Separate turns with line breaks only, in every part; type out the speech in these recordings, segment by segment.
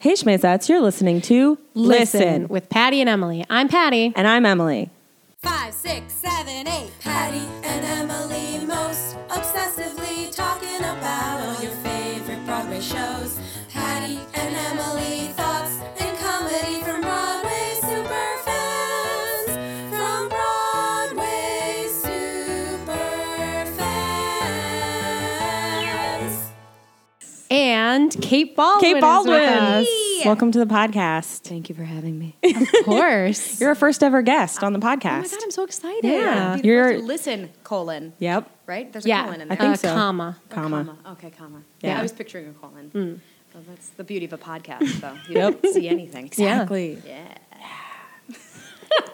Hey, Schmazettes, you're listening to Listen.
with Patty and Emily. I'm Patty.
And I'm Emily.
Five, six, seven, eight. Patty and Emily most obsessively talking about all your favorite Broadway shows. Patty and Emily thoughts and comedy from Broadway superfans. From Broadway superfans.
And Kate Baldwin.
Kate
is with
Baldwin.
us.
Welcome to the podcast.
Thank you for having me.
Of course.
You're our first ever guest on the
Oh
podcast.
my god, I'm so excited.
Yeah.
Be the
You're-
first to listen colon.
Yep.
Right? There's a
yeah.
colon in
I
there.
think
uh,
so.
Comma.
Or
Comma.
Okay, comma.
Yeah.
Yeah. I was picturing a colon. Well, that's the beauty of a podcast, though. You don't see anything.
Exactly.
Yeah.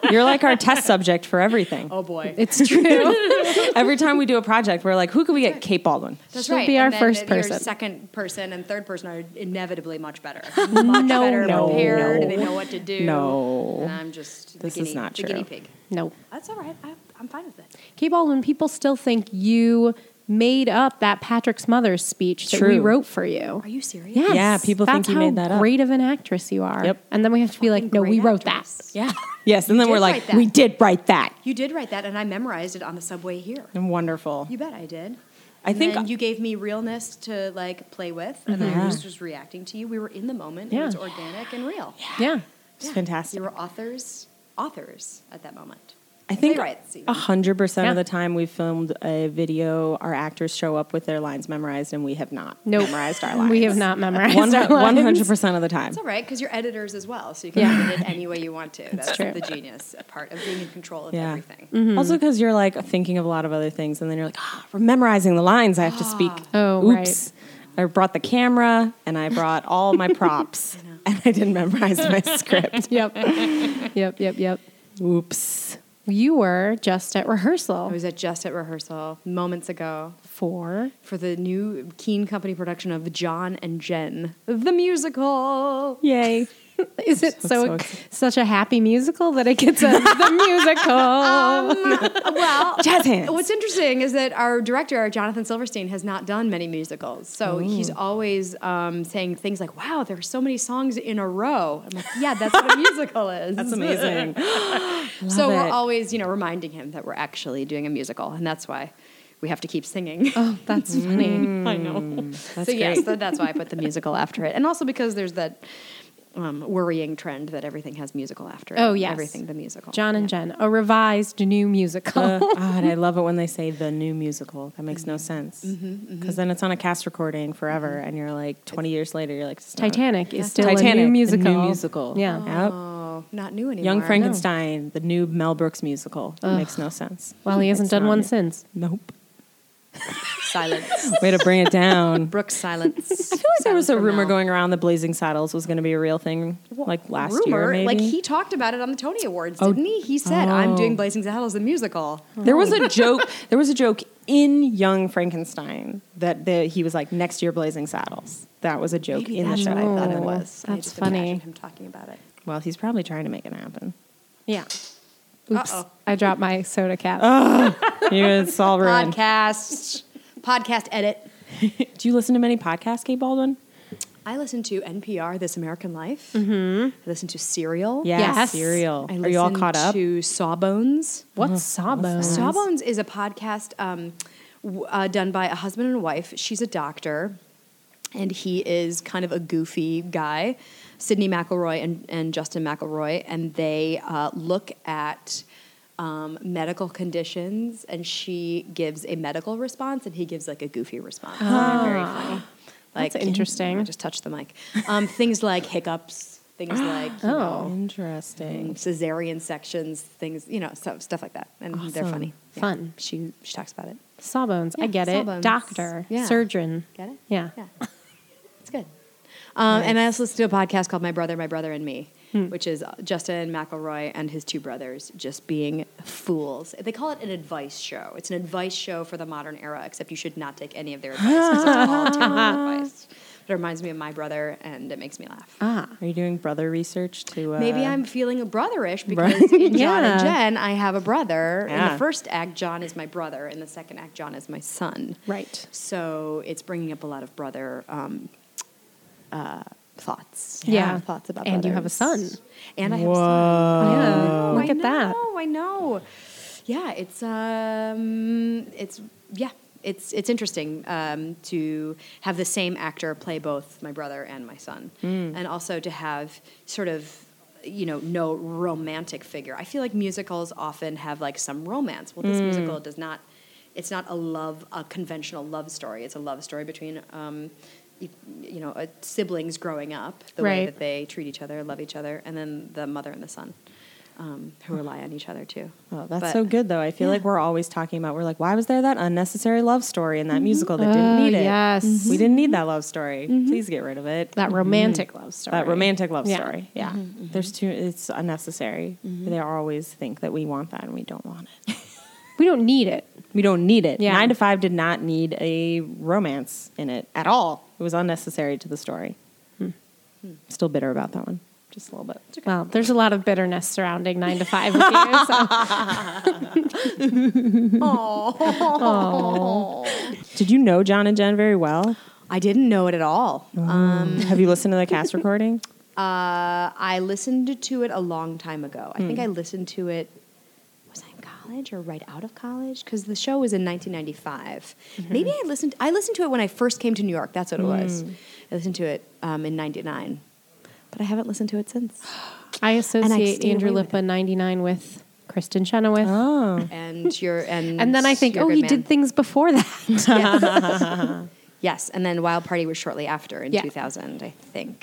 You're like our test subject for everything.
Oh boy.
It's true.
Every time we do a project, we're like, who can we get? Kate Baldwin.
That's
She'll
right.
be our
and then
first
your
person.
second person and third person are inevitably much better. Much better
no,
prepared.
no.
They know what to do.
No.
And I'm just
This
the
is
guinea,
not
the
true.
guinea pig.
no.
That's all right. I, I'm fine with it.
Kate Baldwin, people still think you made up that Patrick Smothers speech that we
True.
wrote for you.
Are you serious?
Yes.
Yeah, people think
that's
you
how
made that up.
great of an actress you are.
Yep.
And then we have to be like, no, we wrote that.
Yeah. Yes. And then
did
we're like,
write that.
we did write that.
You did write that, and I memorized it on the subway here.
And wonderful.
You bet I did.
I
And
think-
then you gave me realness to like play with, and I was just reacting to you. We were in the moment. and
Yeah.
It was organic and real.
Yeah.
It's
Yeah.
fantastic.
You were authors, authors at that moment.
I think
playwrights even.
a hundred percent of
Yeah.
the time we filmed a video, our actors show up with their lines memorized, and we have not
Nope.
memorized our lines.
We have not memorized
One
our lines.
hundred percent of the time.
It's all right because you're editors as well, so you can
Yeah.
edit it any way you want to. That's
true.
the genius part of being in control of
Yeah. Mm.
everything.
Mm-hmm.
Also, because you're like thinking of a lot of other things, and then you're like, ah, we're memorizing the lines I have to speak.
Oh,
oops. I brought the camera and I brought all my props, and I didn't memorize my script.
Yep. yep. Yep. Yep.
Oops.
You were just at rehearsal
I was at just at rehearsal moments ago
for
for the new Keen Company production of John and Jen, the musical.
Yay.
Is it
So, so
so,
excited.
such a happy musical that it gets a, the musical?
well,
Jazz hands.
What's interesting is that our director, Jonathan Silverstein, has not done many musicals.
Oh.
So he's always um, saying things like, wow, there are so many songs in a row. I'm like, yeah, that's what a musical is.
That's amazing. Love
So we're
it.
always, you know, reminding him that we're actually doing a musical. And that's why we have to keep singing.
oh, that's funny.
I know. so yes, tha- that's why I put the musical after it. And also because there's that um, worrying trend that everything has musical after it.
Oh, yes.
Everything the musical.
John and Jen, a revised new musical.
Uh, oh, and I love it when they say the new musical. That makes
Mm-hmm.
no sense. Because then it's on a cast recording forever, and you're like 20 years later, you're like, it's not-
Titanic is still
Titanic,
a
the
new
new
musical.
musical.
Yeah.
Yep.
Oh, not new anymore.
Young Frankenstein, the new Mel Brooks musical. That makes no sense.
Well, he hasn't
It's
done
not
one
new.
since.
Nope.
Silence.
Way to bring it down.
Brooks silence. I feel
I feel like there was a rumor going around that Blazing Saddles was going to be a real thing, like last year.
rumor,
Maybe.
like he talked about it on the Tony Awards,
Oh.
didn't he? He said, "I'm
Oh.
doing Blazing Saddles the musical."
there was a joke. There was a joke in Young Frankenstein that the, he was like next year Blazing Saddles. That was a joke
Maybe
in the
that's
show.
what I thought it
Oh,
was. I
that's
just
funny.
imagined Him talking about it.
Well, he's probably trying to make it happen.
Yeah. Oops.
Uh-oh.
I dropped my soda cap.
Yeah, it's all ruined.
Podcast, podcast edit.
Do you listen to many podcasts, Kate Baldwin?
I listen to NPR, This American Life. I listen to Serial.
Yes.
Mm-hmm. Serial.
I
Are you all
listen
caught up?
To Sawbones.
What's Sawbones?
Sawbones is a podcast um, w- uh, done by a husband and wife. She's a doctor, and he is kind of a goofy guy, Sidney McElroy and, and Justin McElroy, and they uh, look at um, medical conditions, and she gives a medical response, and he gives like a goofy response. Very funny.
Ah. That's
Like-
interesting.
I just touched the mic. Um, things like hiccups. Things like you
Oh.
know,
Interesting.
cesarean sections, things, you know, stuff, stuff like that. And they're
Awesome.
funny. Yeah.
Fun.
She she talks about it.
Sawbones. I
Yeah,
get it.
Sawbones.
Doctor,
Yeah.
surgeon.
Get it?
Yeah.
Yeah. it's good. Um, And I also listen to a podcast called My Brother, My Brother and Me, which is uh, Justin McElroy and his two brothers just being fools. They call it an advice show. It's an advice show for the modern era, except you should not take any of their advice because it's all terrible advice. But it reminds me of my brother, and it makes me laugh.
Ah.
Are you doing brother research to? Uh,
Maybe I'm feeling a brotherish because
Right.
in John
Yeah.
and Jen, I have a brother. In
Yeah.
the first act, John is my brother. In the second act, John is my son.
Right.
So it's bringing up a lot of brother um, uh, thoughts.
Yeah.
have thoughts about.
And you have a son.
others. And I have a son.
yeah, look
I
at that.
know, I know. Yeah, it's um, it's yeah, it's it's interesting um, to have the same actor play both my brother and my son, and also to have sort of you know no romantic figure. I feel like musicals often have like some romance. Well, this musical does not. It's not a love, a conventional love story. It's a love story between. Um, you, you know, uh, siblings growing up, the way
Right.
that they treat each other, love each other, and then the mother and the son um, who rely on each other too.
Oh, that's
But-
so good though. I feel like we're always talking about we're like, why was there that unnecessary love story in that musical that didn't
Oh,
need it?
yes. Mhm.
We didn't need that love story. Please get rid of it.
That romantic love story.
That romantic love
Yeah. Mm-hmm.
story. Yeah. There's too it's unnecessary. They always think that we want that and we don't want it.
We don't need it.
We don't need it.
Yeah.
Nine to five did not need a romance in it at all. It was unnecessary to the story. Hmm. Still bitter about that one. Just a little bit.
Well, there's a lot of bitterness surrounding nine to five with you. So.
Did you know John and Jen very well?
I didn't know it at all. Um,
Have you listened to the cast recording?
uh, I listened to it a long time ago. I think I listened to it. Was I in college or right out of college? Because the show was in 1995. Maybe I listened. I listened to it when I first came to New York. That's what it was. I listened to it um, in '99, but I haven't listened to it since.
I associate
stayed
Andrew
away with
Lipa 99 with Kristen Chenoweth.
Oh.
And you're and
And then I think,
you're a
oh,
good
he
man.
did things before that.
Yes. yes, and then Wild Party was shortly after in
Yeah.
2000, I think.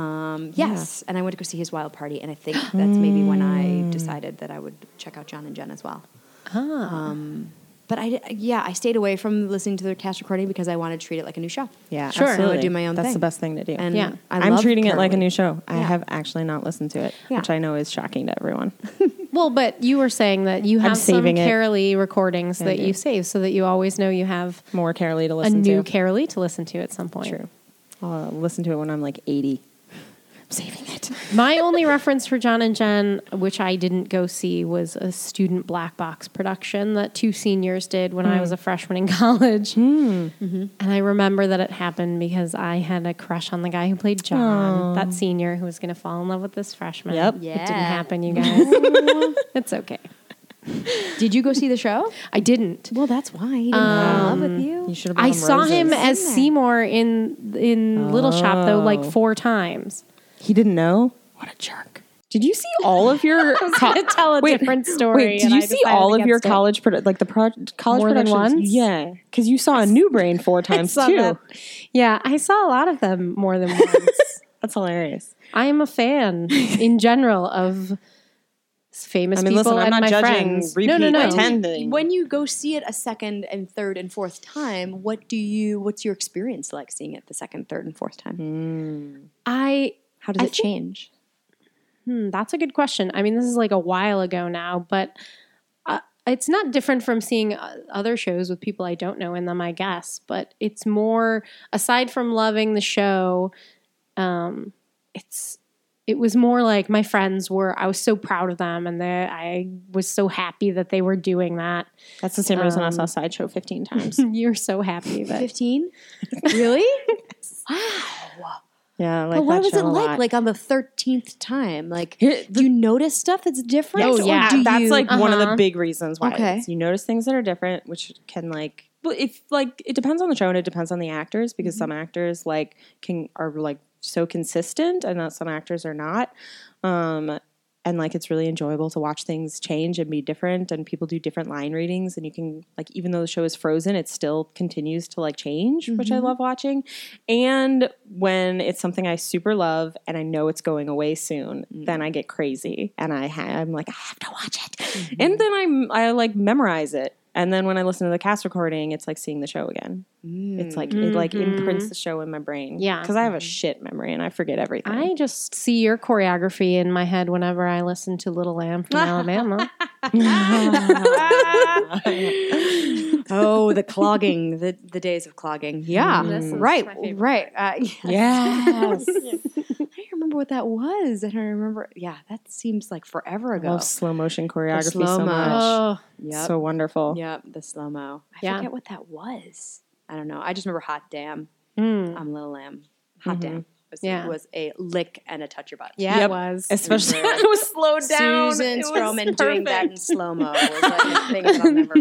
Um, yes, and I went to go see his Wild Party, and I think that's maybe when
Mm.
I decided that I would check out John and Jen as well.
Ah.
Um, but I, yeah, I stayed away from listening to the cast recording because I want to treat it like a new show.
Yeah,
Sure.
Absolutely.
I would do my own
That's
thing.
the best thing to do.
And
Yeah.
I
I'm
love
treating it like a
Caraway.
new show. I
Yeah.
have actually not listened to it,
Yeah.
which I know is shocking to everyone.
well, but you were saying that you
I'm
have some
saving it.
Carolee recordings
I
that
do.
you save so that you always know you have
More Carolee to
a
listen
new
to.
Carolee to listen to at some point.
True. I'll uh, listen to it when I'm like 80. I'm saving it.
My only reference for John and Jen, which I didn't go see, was a student black box production that two seniors did when
Hmm.
I was a freshman in college. Mm-hmm. And I remember that it happened because I had a crush on the guy who played John, that senior who was going to fall in love with this freshman.
Yep.
It didn't
Yeah.
happen, you guys. it's okay.
Did you go see the show? Um,
I didn't.
Well, that's why he didn't fall in love with you.
You should have
I saw him
roses.
as Seymour in in Little Shop though like
Oh.
four times.
He didn't know? What a jerk. Did you see all of your. I was
gonna tell a different story
Wait, did
and
you
I
see
decided
all of your
against it.
college, produ- like the pro- college
More than
productions?
once?
Yeah. Because you saw a new brain four times
saw
too.
that. Yeah, I saw a lot of them more than once.
That's hilarious.
I am a fan in general of famous
I mean,
people
listen, I'm
and
not
my
judging
friends.
repeat
no, no, no.
attending.
When you go see it a second and third and fourth time, what do you? What's your experience like seeing it the second, third, and fourth time?
I
How does
I
it
think-
change?
hmm, that's a good question. I mean, this is like a while ago now, but uh, it's not different from seeing uh, other shows with people I don't know in them, I guess. But it's more aside from loving the show, um, it's it was more like my friends were. I was so proud of them, and they, I was so happy that they were doing that.
That's the same reason I saw Sideshow 15 times.
You're so happy that
Fifteen.
really.
yeah. I Like
But what
that
was
show
it
a
like?
lot.
Like on the thirteenth time, like
Here-
do you notice stuff that's different?
Yes, Oh, yeah.
Or do
that's
you-
like one of the
Uh-huh.
big reasons why it
Okay.
is. you notice things that are different, which can like well, if like it depends on the show and it depends on the actors because
Mm-hmm.
some actors like can are like so consistent and that some actors are not. Um, and like it's really enjoyable to watch things change and be different and people do different line readings and you can like even though the show is frozen it still continues to like change which i love watching and when it's something i super love and i know it's going away soon then i get crazy and i ha- i'm like i have to watch it and then i'm i like memorize it and then when i listen to the cast recording it's like seeing the show again it's like it like imprints the show in my brain
Yeah.
because i have a shit memory and i forget everything
I just see your choreography in my head whenever I listen to Little Lamb from Alabama.
oh, the clogging, the the days of clogging. Yeah,
This is
right,
my favorite
right. Uh, yeah.
yes
I don't remember what that was. I don't remember. Yeah, that seems like forever
I
ago.
love slow motion choreography so
slow-mo.
much
Oh,
Yep.
so wonderful
Yep, the slow mo. I
Yeah.
forget what that was. I don't know. I just remember Hot Damn.
mm.
I'm Little Lamb. Hot Damn. was,
Yeah.
was a lick and a touch your butt.
Yeah,
Yep.
it was.
Especially when it was slowed down.
Susan
It was
Stroman doing that in
perfect.
slow mo was like a thing that I'll never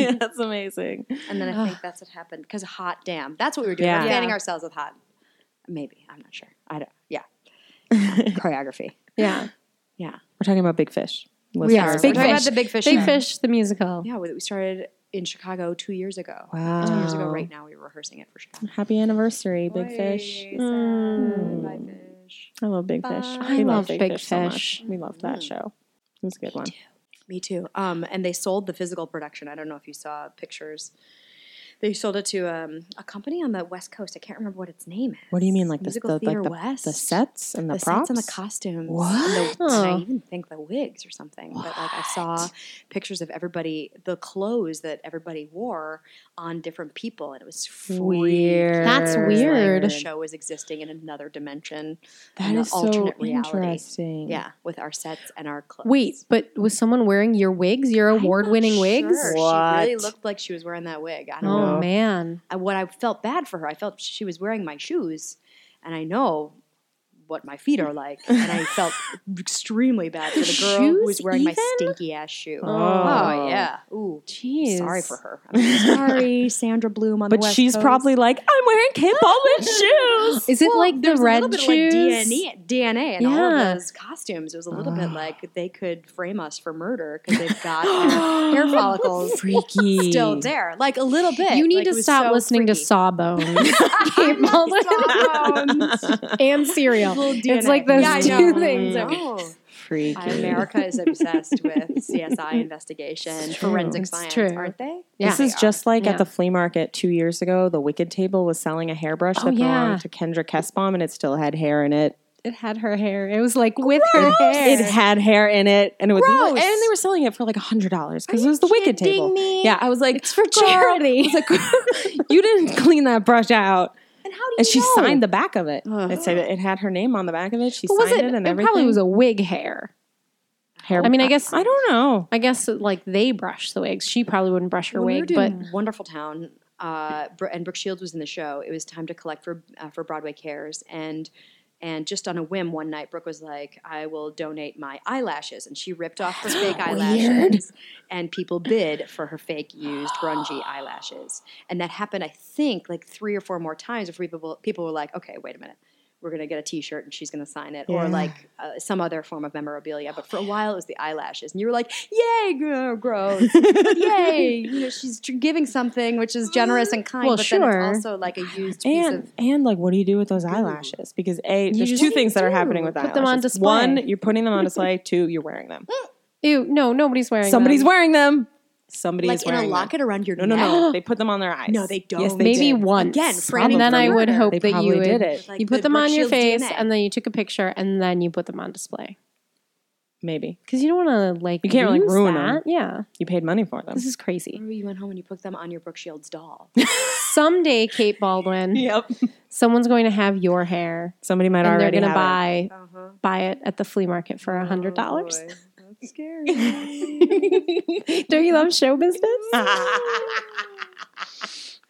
yeah, that's amazing.
And then I think that's what happened because hot damn, that's what we were doing.
Yeah.
We're fanning
Yeah.
ourselves with hot. Maybe I'm not sure. I don't. Yeah, choreography.
yeah.
Yeah,
We're talking about big fish.
We are.
Listeners.
Big
We're talking
Fish.
about the big fish.
Big
now.
Fish, the musical.
Yeah, we we started in Chicago two years ago.
Wow.
Two years ago, right now we were rehearsing it for Chicago.
Happy anniversary, Big Fish.
Boy, sad.
Mm. Hmm.
Bye, fish.
I love Big Fish.
Bye.
We
I
love
love
Big,
Big
Fish, Mm. so much.
Fish.
We loved that show. It was a good one.
Me too. Um, and they sold the physical production. I don't know if you saw pictures. They sold it to um, a company on the West Coast. I can't remember what its name is.
What do you mean, like the,
Musical
the like
Theater
the,
West?
the sets and the,
the
props?
sets and the costumes.
What?
And, the, and I
Huh.
even think the wigs or something. But like I saw pictures of everybody, the clothes that everybody wore on different people, and it was freaky.
Weird.
That's
It was
weird.
Like the show was existing in another dimension,
That
an
is so
alternate reality.
interesting.
Yeah, with our sets and our clothes.
Wait, but was someone wearing your wigs, your
I'm not
award winning wigs?
sure. She really
What?
looked like she was wearing that wig. I don't know.
Oh,
No.
man.
I- what I felt bad for her. I felt she was wearing my shoes, and I know what my feet are like, and I felt extremely bad for the girl who was
Shoes
wearing my
even?
stinky ass shoe.
Oh.
Oh, yeah. Ooh,
Jeez.
sorry for her. I'm sorry, Sandra Bloom on the
But
West
she's
Coast.
probably like, I'm wearing Kate Baldwin's shoes.
Is it
Well,
like the
there's
red
a little
shoes?
bit of like E, DNA, DNA in all
Yeah.
of those costumes. It was a little bit
Ah.
like they could frame us for murder because they've got our hair follicles
Freaky.
still there, like a little bit.
You need
Like, it
to
was
stop
so
listening to
freaky.
Sawbones Kate Baldwin, and Serial. It's like those
Yeah, I
two
know.
things.
Mm.
are-
Oh.
Freaky.
America is obsessed with CSI investigation,
true.
forensic
It's
science,
true.
aren't they?
Yeah.
this is just like
Yeah.
at the flea market two years ago. The Wicked Table was selling a hairbrush
Oh,
that
yeah.
belonged to Kendra Kessbaum, and it still had hair in it.
It had her hair. It was like with her hair.
It had hair in it, and it was and
Gross.
they were selling it for like hundred dollars because it was the Wicked
kidding
Table.
me?
Yeah, I was like,
it's for
"Girl,"
charity.
I was like, you didn't clean that brush out.
And how do you
And she
know?
signed the back of it.
Ugh.
It said it had her name on the back of it. She
But was
signed
it?
it, and
it
everything.
probably was a wig hair.
hair.
I mean, I guess-
I don't know.
I guess like they brush the wigs. She probably wouldn't brush her
When we were
wig, but
doing Wonderful Town, uh, Br- and Brooke Shields was in the show. It was time to collect for uh, for Broadway Cares, and and just on a whim one night, Brooke was like, "I will donate my eyelashes," and she ripped off her fake eyelashes, and people bid for her fake used grungy eyelashes, and that happened, I think, like three or four more times before people people were like, "Okay, wait a minute." We're gonna get a T-shirt and she's gonna sign it, or
Yeah.
like uh, some other form of memorabilia. But for a while, it was the eyelashes, and you were like, "Yay, gr- gross!" yay you know she's tr- giving something which is generous and kind
Well,
but
sure.
then it's also like a used piece
and
of
and like what do you do with those eyelashes because a there's
just-
two
What do
things
you
that are
do?
happening with
Put
eyelashes
them on display.
one you're putting them on display two you're wearing them
ew, no, nobody's wearing.
somebody's
them.
wearing them somebody
like
is
in
wearing
a locket around your
them.
neck
no no no they put them on their eyes
No, they don't.
yes, they
Maybe
did.
once
Again,
and then
probably.
I would hope
They
that
probably
you would.
did it.
Like
you
the
put them on your
Brookshields
face,
DNA.
and then you took a picture, and then you put them on display
maybe
because you don't want to like
You can't, like,
lose
ruin
that. Yeah,
you paid money for them
this is crazy.
Remember you went home and you put them on your Brooke Shields doll.
Someday, Kate Baldwin,
yep
someone's going to have your hair,
somebody might
and they're
already
going to
have it.
buy
uh-huh. Oh,
buy it at the flea market for a hundred dollars.
That's scary.
don't you love show business?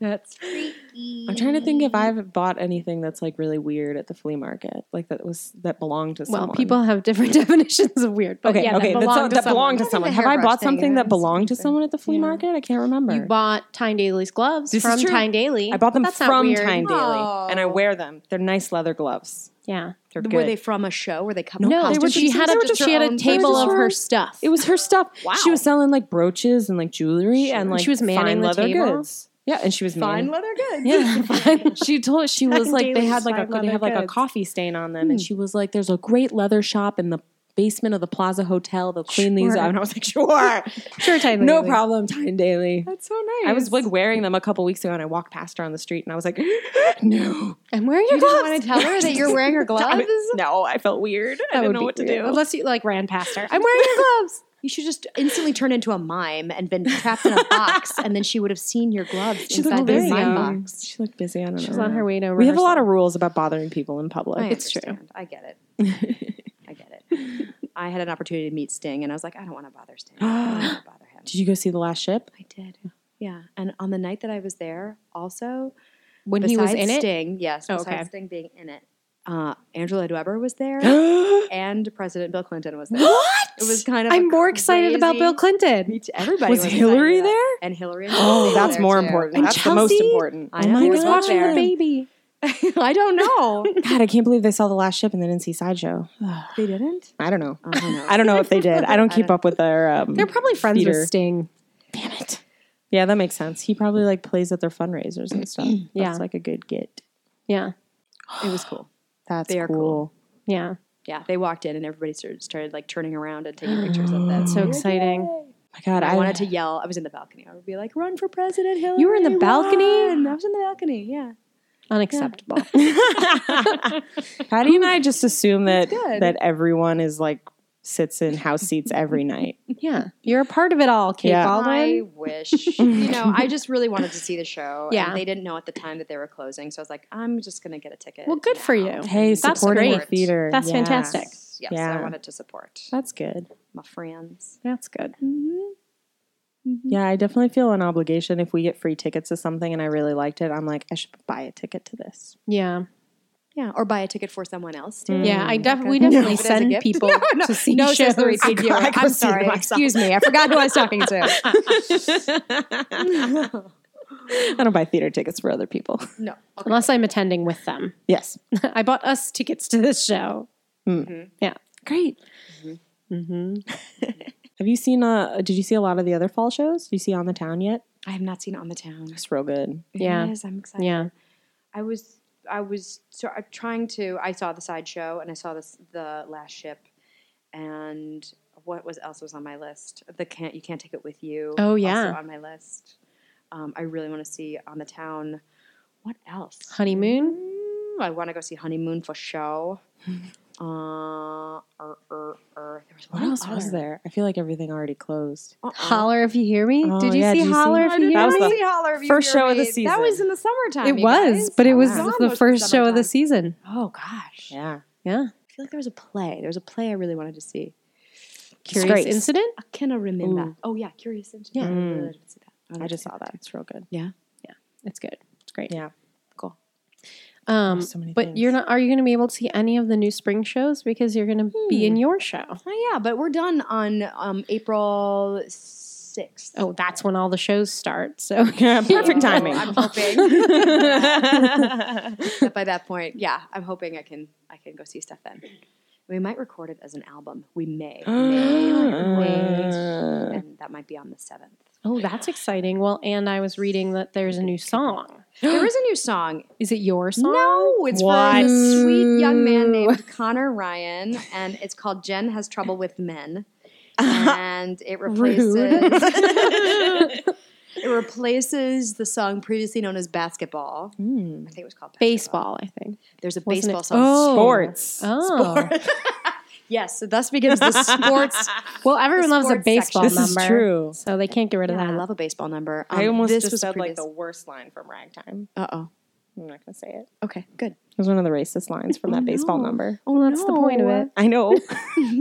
That's freaky.
I'm trying to think if I've bought anything that's like really weird at the flea market, like that was that belonged to someone.
Well, people have different definitions of weird. But
okay,
yeah,
okay, that,
that belonged to
that belonged to
someone.
I think
someone.
the
Have I
hairbrush
bought
thing
something that
is
belonged to
something.
someone at the flea
Yeah.
market? I can't remember.
You bought Tyne Daly's gloves
This is
from
true.
Tyne Daly.
I bought them
That's not
from
weird.
Time Daily, and I
Oh.
wear them. They're nice leather gloves.
Yeah.
They're
Were
good.
they from a show? Were they covered?
No,
they were
she
just-
had
they were
a
just
she
her
had
own-
a
they
table
were
of
just
her
her-
stuff.
it was her stuff. She was selling like brooches and like jewelry and like
She was manning
fine
the
leather
table?
goods. Yeah, and she was
fine
manning-
leather goods.
Yeah, fine. she told she was
Fine
like they
daily
had like a
fine
they had like a
leather
coffee stain on them, and she was like, "There's a great leather shop in the basement of the Plaza Hotel. They'll clean these
Sure.
up." And I was like, "Sure,
sure, Tyne
no
Daly.
problem, Time Daily."
That's so nice.
I was like wearing them a couple weeks ago, and I walked past her on the street, and I was like, "No,
I'm wearing your
you
gloves.
don't want to tell her that you're wearing her
I
gloves?
mean, no." I felt weird. I
That
didn't
would
know
be
what to
weird.
do.
Unless you like ran past her.
I'm wearing your gloves. You should just instantly turn into a mime and been trapped in a box, and then she would have seen your gloves
She
inside
looked
the
busy.
mime
young.
box.
She looked busy. I don't
She
know.
was on her way to.
We have a lot of
rehearsal.
rules about bothering people in public.
I
It's true.
understand. I get it. I get it. I had an opportunity to meet Sting, and I was like, I don't want to bother Sting. I don't want to bother him.
Did you go see the last ship?
I did. Yeah. And on the night that I was there, also,
when he was
besides
in it.
Sting, yes,
Oh,
besides
okay.
Sting being in it, uh, Angela Weber was there, and President Bill Clinton was there.
What?
It was kind of. a
I'm more excited about
crazy-
Bill Clinton.
Me too. Everybody
Was
was, excited
Hillary
about it.
there?
and Hillary. And
Oh,
Chelsea
that's
were
more
there, too.
important.
And
that's the most
Chelsea?
important.
I know.
Oh
He
my
was
God.
watching the
there.
baby.
I don't know.
God, I can't believe they saw the last ship and they didn't see sideshow. Ugh,
they didn't.
I don't know.
I don't know.
I don't know if they did. I don't keep up with their. Um,
They're probably friends
theater.
with Sting.
Damn it. Yeah, that makes sense. He probably like plays at their fundraisers and stuff.
Yeah.
That's like a good get.
Yeah,
It was cool.
That's
They are
cool.
cool.
yeah.
Yeah, they walked in and everybody started, started like turning around and taking pictures of them.
So exciting.
My God,
I
I
wanted to yell. I was in the balcony. I would be like, "Run for president, Hillary!"
You were in the balcony?
run!" I was in the balcony. Yeah.
Unacceptable.
Patty and I just assume that
good.
that everyone is like sits in house seats every night.
yeah, you're a part of it all, Kate
Yeah.
I
Baldwin.
wish. you know, I just really wanted to see the show.
Yeah.
And they didn't know at the time that they were closing, so I was like, "I'm just gonna get a ticket."
Well, good for you.
Hey,
That's
supporting the
great.
theater.
That's
Yeah.
fantastic.
Yes, yes,
Yeah.
I wanted to support
That's good.
my friends.
That's good.
Mm-hmm.
Yeah, I definitely feel an obligation if we get free tickets to something and I really liked it. I'm like, I should buy a ticket to this.
Yeah,
Yeah, or buy a ticket for someone else. Too.
yeah. I def- we
Okay.
definitely
Leave it as a
send
gift.
people to see
No,
shows.
says the repeat viewer.
I go
I'm
see them
sorry.
myself.
Excuse me. I forgot who I was talking to.
I don't buy theater tickets for other people.
No. Okay.
Unless I'm attending with them.
yes.
I bought us tickets to this show.
Hmm.
Yeah.
Great. Mm-hmm. Have you seen uh did you see a lot of the other fall shows? Do you see On the Town yet?
I have not seen it on the town.
It's real good.
Yeah.
Yes, I'm excited.
Yeah.
I was I was so I'm trying to I saw the sideshow and I saw this the last ship and what was else was on my list the can't you can't take it with you
Oh,
also
yeah.
on my list um, I really want to see on the town what else
Honeymoon.
Mm, I want to go see honeymoon for show uh er, er, er. there was
What
one
else was
other.
there? I feel like everything already closed.
Uh-uh.
Holler if you hear me.
Oh,
Uh-huh. did you
yeah,
see
did you see-
Holler
I
if you
did
That
hear
not
was
me?
the
see Holler if You
first
Hear
show of the
Me. That was
season.
in the summertime.
It
you
was,
guys. Oh,
but it
I
was
saw
the
most of
first show of the
summertime.
season.
Oh gosh.
Yeah.
Yeah.
I feel like there was a play. There was a play I really wanted to see.
Curious
Grace.
incident.
I cannot remember. Oh yeah, Curious Incident.
Yeah.
I really wanted to see that.
I just saw that. It's real good.
It's good. It's great.
Yeah.
Cool.
Um,
so many
but
things.
you're not. Are you going to be able to see any of the new spring shows because you're going to be in your show?
Oh yeah, but we're done on um, April sixth.
Oh, that's when all the shows start. So
Perfect timing.
I'm hoping that by that point, yeah, I'm hoping I can I can go see stuff then. We might record it as an album. We may. We may,
Uh.
like, wait, and that might be on the seventh.
oh, that's exciting. Well, and I was reading that there's a new song.
There is a new song.
Is it your song?
No, it's
What?
from a sweet young man named Connor Ryan, and it's called Jen Has Trouble with Men. And it replaces it replaces the song previously known as Basketball.
Mm.
I think it was called Basketball.
Baseball, I think.
There's a
Wasn't it-
baseball song.
Oh.
Sports.
Oh,
Yes, so thus begins the sports.
well, everyone loves a
sports
baseball
section. This is
number.
true.
So they can't get rid of
I
that.
love a baseball number.
I
Um,
almost
this
just
was
said like
previous-
the worst line from Ragtime.
Uh oh.
I'm not gonna say it.
Okay, good.
It was one of the racist lines from that baseball number.
well, Oh, that's the point of it.
I know.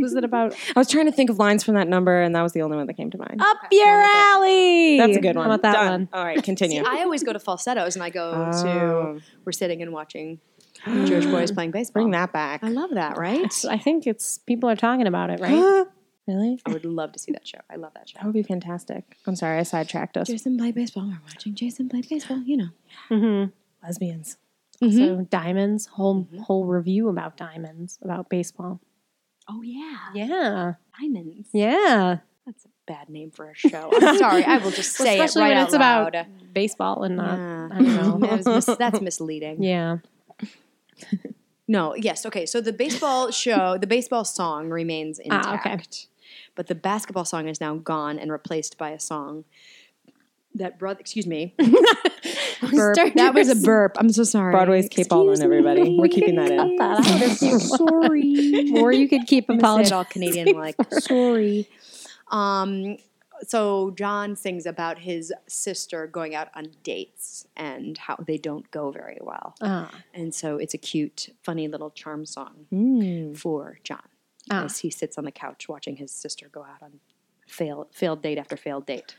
Was it about
I was trying to think of lines from that number, and that was the only one that came to mind.
up your alley?
That's a good one.
How about that
Done.
one?
All right, continue.
I always go to falsettos, and I go
Oh.
to we're sitting and watching Jewish boys playing baseball.
Bring that back.
I love that, right?
I think it's people are talking about it, right?
really?
I would love to see that show. I love that
That
show.
would be fantastic. I'm sorry, I sidetracked us.
Oh, Jason play baseball. We're watching Jason play baseball. You know.
hmm
Lesbians. Mm-hmm.
So diamonds, whole whole review about diamonds, about baseball.
Oh yeah,
Yeah,
diamonds.
yeah.
That's a bad name for a show. I'm sorry. I will just say
Especially
it right
when
out
it's
loud.
about baseball and not.
Yeah.
I don't know.
That was mis- that's misleading.
yeah.
No, yes, okay. So the baseball show, the baseball song remains intact,
Ah, okay.
but the basketball song is now gone and replaced by a song that brother. Excuse me, burp.
Start
That was a
yours.
burp. I'm so sorry.
Broadway's Cape Baldwin, everybody. We're keeping that in.
Thought I was so sorry. or you could keep
Apologize.
apologizing.
all Canadian like sorry. Um. So John sings about his sister going out on dates and how they don't go very well,
Ah,
and so it's a cute, funny little charm song
Mm.
for John.
ah.
as he sits on the couch watching his sister go out on fail, failed date after failed date.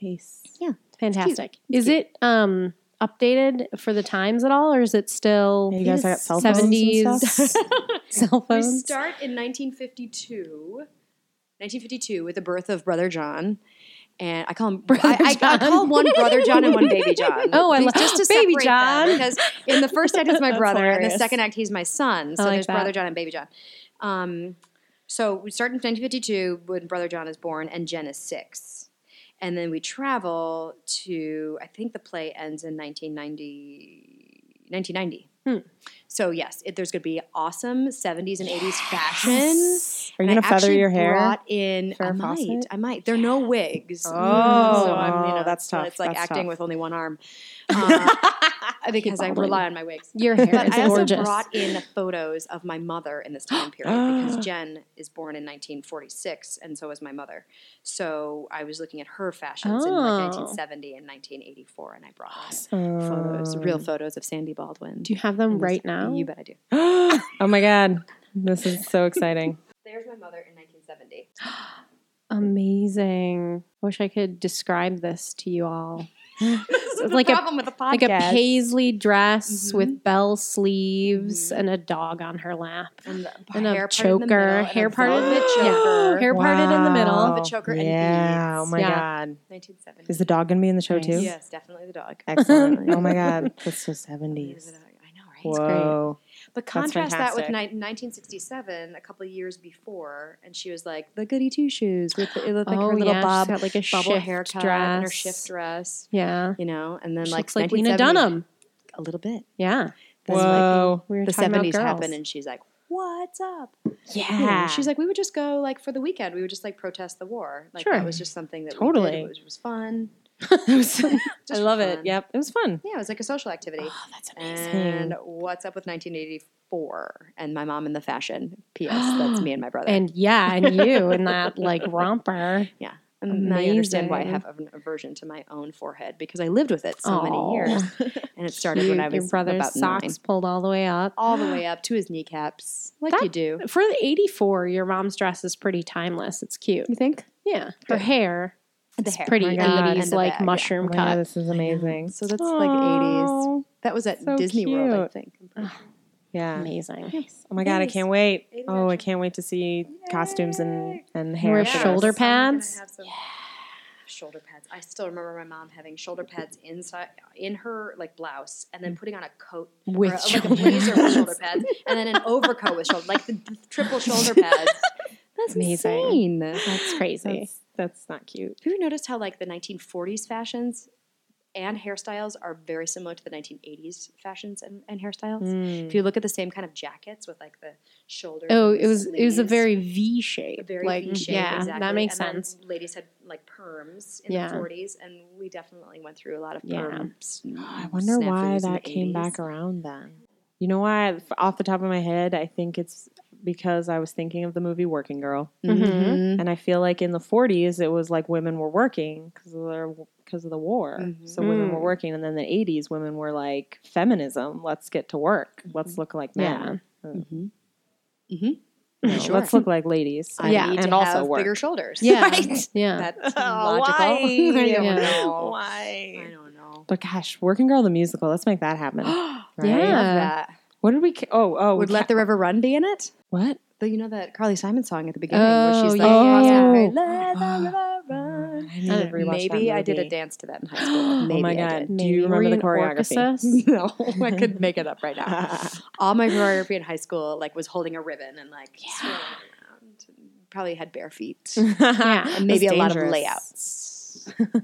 Nice.
Yeah.
Fantastic. Is it um updated for the times at all, or is it still
You guys got cell phones and
seventies cell
We
phones?
start in 1952, 1952 with the birth of Brother John. And I call him brother I, I, I
John.
call one brother John and one baby John.
Oh, I
Be-
love-
just to
Baby
separate them,
John.
because in the first act he's my
That's
brother, and the
hilarious.
second act he's my son. So
like
there's
that.
brother John and baby John. Um, so we start in 1952 when brother John is born, and Jen is six, and then we travel to I think the play ends in 1990. 1990.
Hmm.
So yes, it, there's going to be awesome 70s and 80s fashion.
Are you
And
gonna
I
feather
actually
your hair?
Brought in, I
Farrah
might.
Fawcett?
I might. There are no wigs.
Oh,
I'm,
oh, that's
so
tough,
It's like
that's
acting
tough.
with only one arm uh, because I
balding.
rely on my wigs.
Your hair
But
is
I also
gorgeous.
brought in photos of my mother in this time period because Jen is born in 1946, and so was my mother. So I was looking at her fashions in
Oh.
like 1970 and 1984, and I brought in photos, real photos of Sandy Baldwin.
Do you have them
And this-
right now?
You bet I do.
oh my god, this is so exciting.
There's my mother in 1970.
Amazing. I wish I could describe this to you all. It's like a
problem with the podcast. Mm-hmm.
like a paisley dress with bell sleeves and a dog on her lap.
and, the
And a
hair
choker, hair parted in the choker, hair parted in the middle.
Wow.
Of a choker and
Yeah.
beads.
Oh my
Yeah.
god.
1970.
Is the dog gonna be in the show
Nice.
too?
Yes, definitely the dog.
Excellent. oh my god, that's so
There's the
seventies.
dog. I know, right?
great.
Whoa.
But contrast that with
fantastic.
ni- 1967, a couple of years before, and she was like the goody two shoes with the, it looked like
oh
her little
yeah,
bob
she's got like a
bubble
shift
haircut
dress.
and her shift dress,
Yeah,
you know, and then
she
like
looks like Lena
1970
Dunham.
a little bit.
Yeah,
That's
Whoa.
we were
Like, the
talking about
70s
girls.
happened, and she's like, "What's up?"
yeah.
you know, she's like, we would just go like for the weekend. We would just like protest the war. Like
Sure.
that was just something that we
Totally.
did. It was, it was fun.
I
Just for
love it.
fun.
Yep. It was fun.
Yeah, it was like "Oh, a social activity.
that's
and what's up with 1984 and my mom in the fashion? P.S. That's me and my brother.
and yeah, and you in that like romper.
yeah. And now you understand why I
Amazing.
have an aversion to my own forehead because I lived with it so
Aw.
many years, and it started
Cute.
when I was
your brother's
about
socks
nine,
pulled all the way up.
all the way up to his kneecaps, like
That-
you do.
For the '84, your mom's dress is pretty timeless. It's cute.
You think
Yeah, her hair.
the Oh
It's pretty
my God.
80s,
And the
like
bag, yeah.
Oh
mushroom
my
cut.
god, this is amazing.
So that's like 80s.
Aw.
That was at
So
Disney World, I
cute.
think.
Yeah.
Amazing.
Oh my god, I
Nice.
can't wait.
Eighty
Oh, I
matches.
can't wait to see costumes and and
wear
hair.
Yeah.
for this.
shoulder
Summer, we're gonna
pads?
have some Shoulder pads. I still remember my mom having shoulder pads inside in her like blouse, and
Mm.
then putting on a coat
With
or, like a
shoulder
blazer with
pads.
shoulder pads, and then an overcoat with shoulder like the, the triple shoulder pads. That's
Amazing.
insane.
That's crazy.
That's, that's not cute.
Have you noticed how like the 1940s fashions and hairstyles are very similar to the 1980s fashions and, and hairstyles?
Mm. Hmm.
If you look at the same kind of jackets with like the shoulder,
Oh, it was it was a
very
very V shape.
very
like, mm,
V shape.
Yeah,
exactly.
that makes
And then
sense.
Ladies had like perms in
Yeah.
the 40s, and we definitely went through a lot of
Yeah.
perms.
I wonder why that came back around then. You know why? F- Off the top of my head, I think it's because I was thinking of the movie Working Girl,
Mhm.
and I feel like in the '40s it was like women were working because of their because of the war,
Mm-hmm.
so women were
Mhm.
working, and then the '80s women were like feminism. Let's get to work.
Mm-hmm.
Let's look like men.
Mm-hmm.
No,
Sure.
Let's look like ladies.
I
Yeah.
need
and
to
also
have
work.
bigger shoulders.
Yeah,
Right?
yeah.
That's
Oh,
logical. I don't
Yeah.
know. I
Why?
don't know.
But gosh, Working Girl the musical. Let's make that happen. Right?
I
Yeah.
love that.
What did we? ca- Oh, oh.
Would
we
Let
ca-
the River Run be in it?
what?
Though you know that Carly Simon song at the beginning where she's
Oh,
like,
yeah.
"Cross-country,
Oh.
Let the river run. Uh,
I need to rewatch
Maybe
that
I did a
movie.
dance to that in high school. Maybe
oh my
I
god!
did.
Do
Maybe.
you
Were
remember the
an
choreography?
orchestra?
No, I could make it up right now. All my choreography in high school, like, was holding a ribbon and like swirling around. and Probably had bare feet
yeah.
and maybe
That's
a lot of
dangerous.
layouts.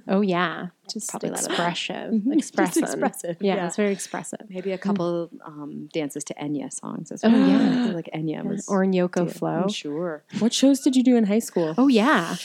Oh yeah. Just
Probably a lot of-
expressive.
Mhm. Just
Expressive.
expressive,
Yeah,
yeah.
it's very expressive.
Maybe a couple um, dances to Enya songs as
Oh,
well.
yeah.
I feel like Enya was Mm.
Or in
did
Yoko
it.
Flow.
I'm sure.
What shows did you do in high school?
Oh yeah.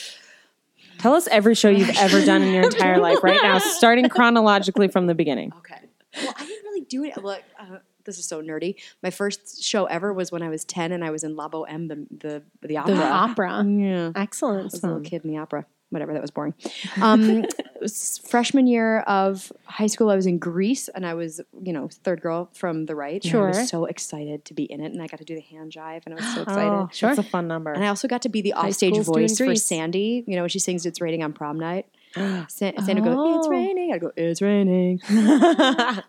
Tell us every show you've ever done in your entire life right now, starting chronologically from the beginning.
Okay. Well, I didn't really do it. Look, uh, this is so nerdy. My first show ever was when I was ten, and I was in Labo M, the the the
The
opera.
opera.
Yeah.
Excellent.
I was a little kid in the opera. Whatever, that was boring. Um, It was freshman year of high school. I was in Greece, and I was, you know, third girl from the right. and I
Sure.
was so excited to be in it, and I got to do the hand jive, and I was so excited.
Oh,
Sure.
That's a fun number.
And I also got to be the
High
offstage
school student
voice for
Grease.
Sandy. You know, when she sings "It's Raining" on prom night. Sa- Sandy would go, "It's
Oh.
raining." I'd go, "It's raining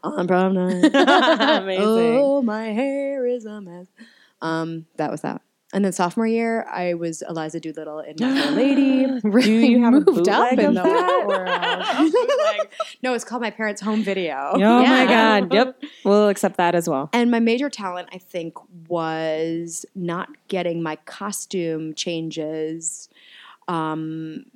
on prom night."
Amazing.
Oh, my hair is a mess. Um, that was that. And then sophomore year, I was Eliza Doolittle in My Fair Lady.
really
Do you have a
moved up
bootleg
in
of
the-
that?
or, uh, no, it's called my parents' home video.
Oh my
Yeah.
god. Yep. We'll accept that as well.
And my major talent, I think, was not getting my costume changes um,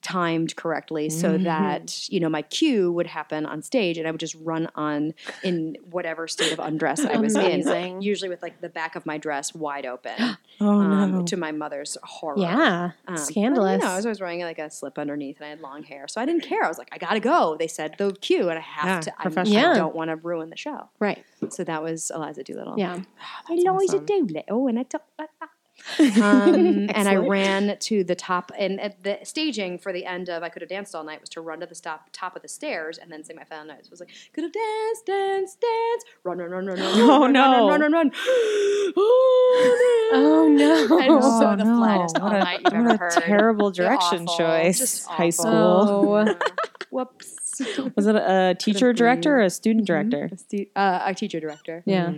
timed correctly so
Mm-hmm.
Mhm.
that, you know, my cue would happen on stage and I would just run on in whatever state of undress I was
Amazing.
in, usually with like the back of my dress wide open
Oh
um, to my mother's horror.
Yeah.
Um, But,
Scandalous.
you know, I was always wearing like a slip underneath, and I had long hair, so I didn't care. I was like, I gotta go. They said the cue, and I have
Yeah,
to. I'm,
professional.
I
Yeah.
don't want to ruin the show.
right.
So that was Eliza Doolittle.
Yeah.
I Eliza
awesome.
Doolittle, and I talk like that. Um, and I ran to the top, and at the staging for the end of I could have danced all night was to run to the stop top of the stairs and then sing my final notes. It was like could have danced, dance, dance, run, run, run, run, run,
Oh,
run,
no.
run, run, run, run. oh no!
Oh no.
And
Oh,
also the
no.
flattest all
What a-
night you've
what
ever
a
heard.
terrible
They're
direction
awful,
choice,
just
high
awful.
school.
Oh.
Whoops.
Was it a teacher
been.
director or a student director?
A stu- uh, a teacher director.
Yeah.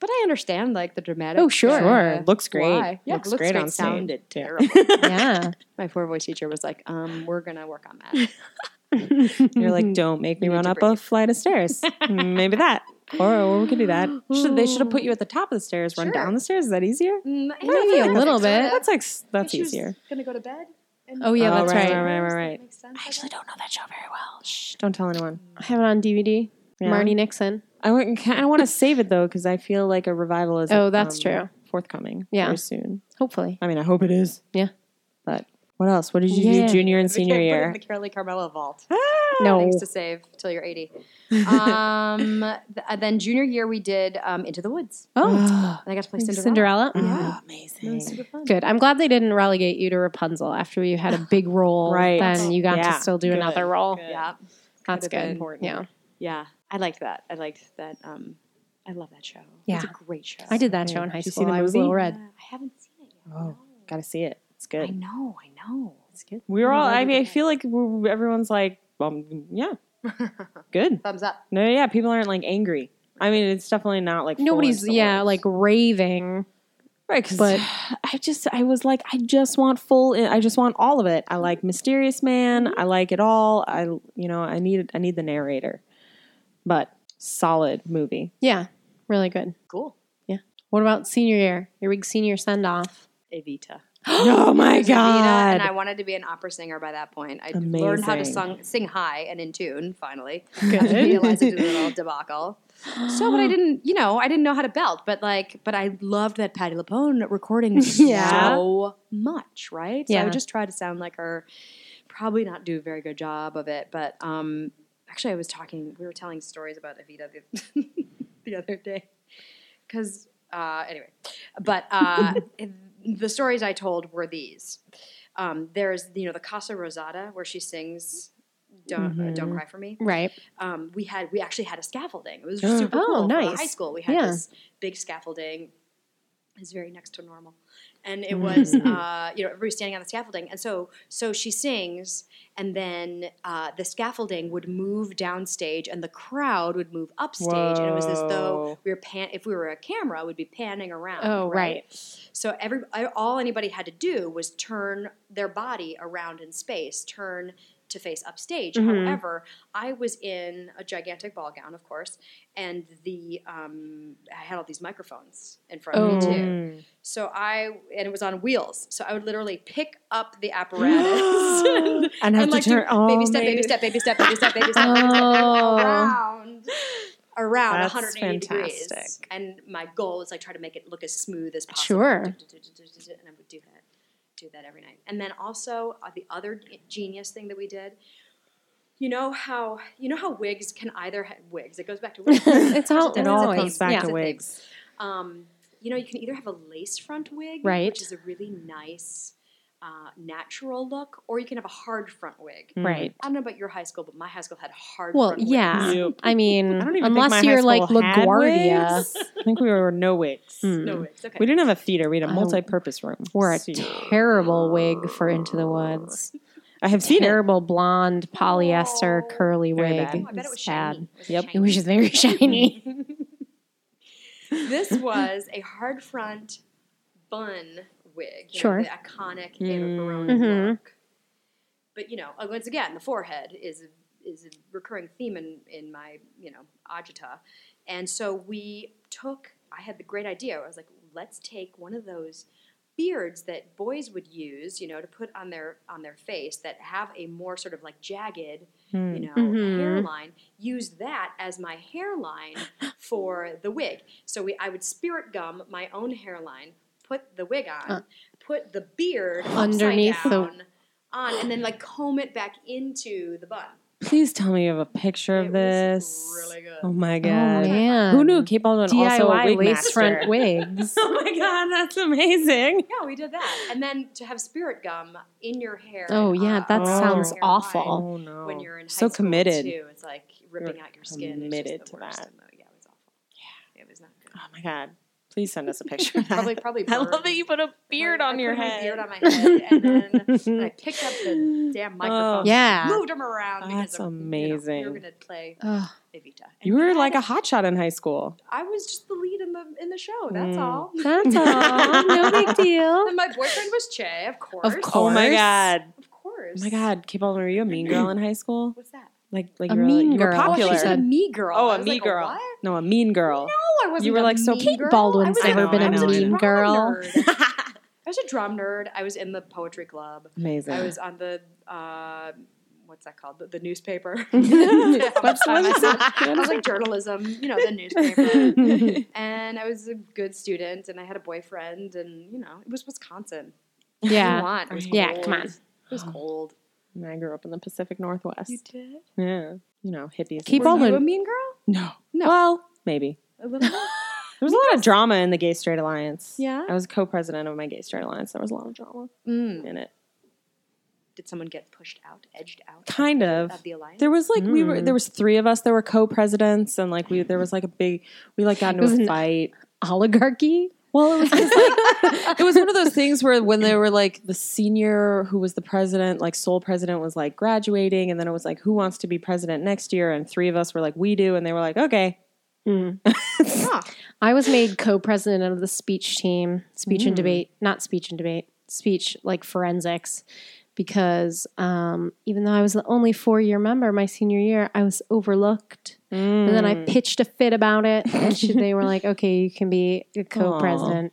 But I understand like the dramatic.
Oh, sure.
uh,
Sure.
Looks great.
why. Yeah,
looks, great, on stage.
Sounded
Yeah.
terrible.
yeah.
My poor voice teacher was like, um, "We're gonna work on that." Mm,
You're like, don't make me
Mm-hmm. You need
run
to
up a
breathe.
flight of stairs. Mm, Maybe that. Or we could do that. Should, they should have put you at the top of the stairs, run
Sure.
down the stairs. Is that easier?
Mm, I
Maybe
think
a
that's
little
sort
bit.
of-
That's like s- that's
she was
easier.
Gonna go to bed. And
Oh yeah,
Oh,
that's right.
right, right, right, right.
Makes sense,
I
I
actually
guess.
don't know that show very well. Shh, don't tell anyone.
I have it on DVD.
Yeah.
Marnie Nixon.
I want, I want to save it though because I feel like a revival is um,
Oh, that's true.
forthcoming.
Yeah.
very soon.
Hopefully.
I mean, I hope it is.
Yeah.
But what else? What did you
Yeah.
do junior and
We
senior
can't put it in
year? Ah!
the Carolee Carmelo vault.
No.
Things to save till you're 80. Um, th- uh, then junior year we did um, Into the Woods,
Oh.
and I got to play Cinderella.
Cinderella.
Ah,
It was
amazing.
super fun.
Good. I'm glad they didn't relegate you to Rapunzel after you had a big role.
Right.
Then you got
Yeah.
to still do
Good.
another role.
Good.
Yeah,
That's
Could've been
good.
important.
Yeah.
yeah. I liked that. I liked that. Um, I love that show.
Yeah.
it's a great show.
I did that
Yeah.
show in high
Did you see
school.
the
I was
movie?
little
Yeah,
red.
I haven't seen it yet.
Oh,
no.
gotta see it. It's
I
good.
know. I know. It's good.
We were all. I
Really
mean, I
good.
feel like we're, everyone's like, um, yeah, good.
Thumbs up.
No, yeah, people aren't like angry. I mean, it's definitely not like full
Nobody's
into the
yeah
walls.
like raving.
right. 'cause
but-
I just I was like I just want full. In, I just want all of it. I like mysterious man. I like it all. I you know I need I need the narrator, but solid movie.
Yeah. Really good.
Cool.
What about senior year? Your big senior send off.
Evita.
oh my
was Evita, and I
god!
wanted to be an opera singer by that point. I learned how to
Amazing.
sung, sing high and in tune finally. After the Eliza Doolittle debacle. So, but I didn't, you know, I didn't know how to belt, but like, but I loved that Patti LuPone recording
Yeah.
so much, right? So I
Yeah.
would just try to sound like her. Probably not do a very good job of it, but um, actually, I was talking. We were telling stories about Evita the, the other day because uh, anyway, but uh, the stories I told were these. Um, there's you know the Casa Rosada where she sings "Don't uh, Don't
Mm-hmm.
Cry for Me."
Right.
Um, we had we actually had a scaffolding. It was super
Oh,
cool. for a
nice.
high school, we had
Yeah.
this big scaffolding. It's very next to normal, and
Mm-hmm.
it was uh, you know everybody was standing on the scaffolding, and so so she sings, and then uh, the scaffolding would move downstage, and the crowd would move upstage, and it was as though
Whoa.
we were pan. If we were a camera, we'd be panning around.
Oh, right.
So every I- all anybody had to do was turn their body around in space, turn to face upstage.
Mm-hmm.
Mhm.
However, I was in a gigantic ball gown, of course, and the um, I had all these microphones in front of
Mm.
Oh.
me too. So I and it was on wheels. So I would literally pick up the apparatus and,
And have to
like do
turn. oh,
baby, step, baby
maybe.
step, baby step, baby step, baby step, baby step,
Oh.
around around
That's
180 degrees.
fantastic.
And my goal is like try to make it look as smooth as possible.
Sure.
And I would do that, do that every night. And then also uh, the other genius thing that we did. You know how you know how wigs can either ha- wigs. It goes back to wigs.
It's all-
There's
It
a
all
thing.
comes back
Yeah.
to
There's a thing.
wigs.
Um, you know, you can either have a lace front wig,
Right.
which is a really nice uh, natural look, or you can have a hard front wig.
Right.
I don't know about your high school, but my high school had hard.
Well,
front wigs.
yeah.
Yep.
I mean,
I don't even think my
unless
high
you're like
school had
LaGuardia
wigs. I think we were no wigs.
Hmm.
No wigs. Okay.
We didn't have a theater. We had a
Oh.
multi-purpose room.
wore a
So-
terrible wig for Into the Woods.
I have seen it.
terrible blonde polyester
Oh.
curly
Very
wig.
bad.
Oh, I bet it was
Sad.
shiny. Was it
Yep.
It was
shiny?
just very shiny.
this was a hard front bun wig. You
Sure.
Know, the iconic
Mm.
Ava Peroni
Mhm.
look. But you know, uh, once again, the forehead is a, is a recurring theme in, in my you know agita, and so we took. I had the great idea. I was like, let's take one of those beards that boys would use, you know, to put on their on their face that have a more sort of like jagged
Hmm.
you know,
Mhm.
hairline, use that as my hairline for the wig. So we, I would spirit gum my own hairline, put the wig on,
Uh.
put the beard
Underneath the-
upside down on, and then like comb it back into the bun.
Please tell me you have a picture of
It was
this.
really good.
Oh my
Oh
god.
man.
Who knew Kate Baldwin also a
DIY
wig
lace
master?
front wigs.
oh my god, that's amazing.
Yeah, we did that, and then to have spirit gum in your hair.
Oh,
and
yeah,
on-
that
on your
sounds
hairline
awful.
Oh no.
When you're in high
so
school,
committed.
too, it's like ripping out your skin. It's just
committed
the
to
worst.
that.
Yeah, it was awful. Yeah, it was not good.
Oh my god. Please send us a picture. of that.
Probably, probably.
I love
burned.
that you put a beard
I
on
put
your
my
head. Oh.
beard on my head, and then and I picked up the damn microphone.
yeah.
moved them around.
That's
because of,
amazing.
You know, we were gonna play
Ugh.
Evita. And
you were
then
like a hotshot in high school.
I was just the lead in the in the show. That's
Mm.
all.
That's all. No big deal.
And my boyfriend was Che, of course.
Of
Oh my
course.
god.
Of course.
Oh my god, Kate Baldwin, were you a mean girl in high school?
What's that?
Like like
A
you were, like,
mean
you were
girl.
Oh,
popular.
she said me girl.
Oh,
I
a
was
me
like,
girl.
What?
No, a mean girl.
No, I wasn't.
You were
a
like so-
mean
Kate
girl.
Baldwin's
I was
never
a-
been a
I was
mean
drum
girl.
nerd. I was a drum nerd. I was in the poetry club.
Amazing.
I was on the uh, what's that called? The, the newspaper.
What's- what is it?
I was like journalism, you know, the newspaper. and I was a good student, and I had a boyfriend, and you know, it was Wisconsin. What do you
Yeah.
want? It was
Yeah,
cold.
come on.
It was cold.
And I grew up in the Pacific
You
Northwest.
did?
Yeah. You know, hippies.
Kate
Were
Baldwin.
you a mean girl?
No.
No.
Well, maybe.
A little bit?
There was a lot of drama in the Gay Straight Alliance.
Yeah?
I was co president of my Gay Straight Alliance. There was a lot of drama
Mm.
in it.
Did someone get pushed out, edged out?
Kind of.
Of the alliance?
There was like we were
Mm.
there was three of us that were co presidents and like we there was like a big we like got
It was
into a
an-
fight.
Oligarchy.
Well, it was just like, it was one of those things where when they were like the senior who was the president, like sole president, was like graduating, and then it was like who wants to be president next year, and three of us were like we do, and they were like okay,
Huh.
I was made co-president of the speech team, speech
Mm.
and debate, not speech and debate, speech like forensics, because um, even though I was the only four-year member my senior year, I was overlooked, and then I
Mm.
pitched a fit about it, and she, they were like, "Okay, you can be a co-president."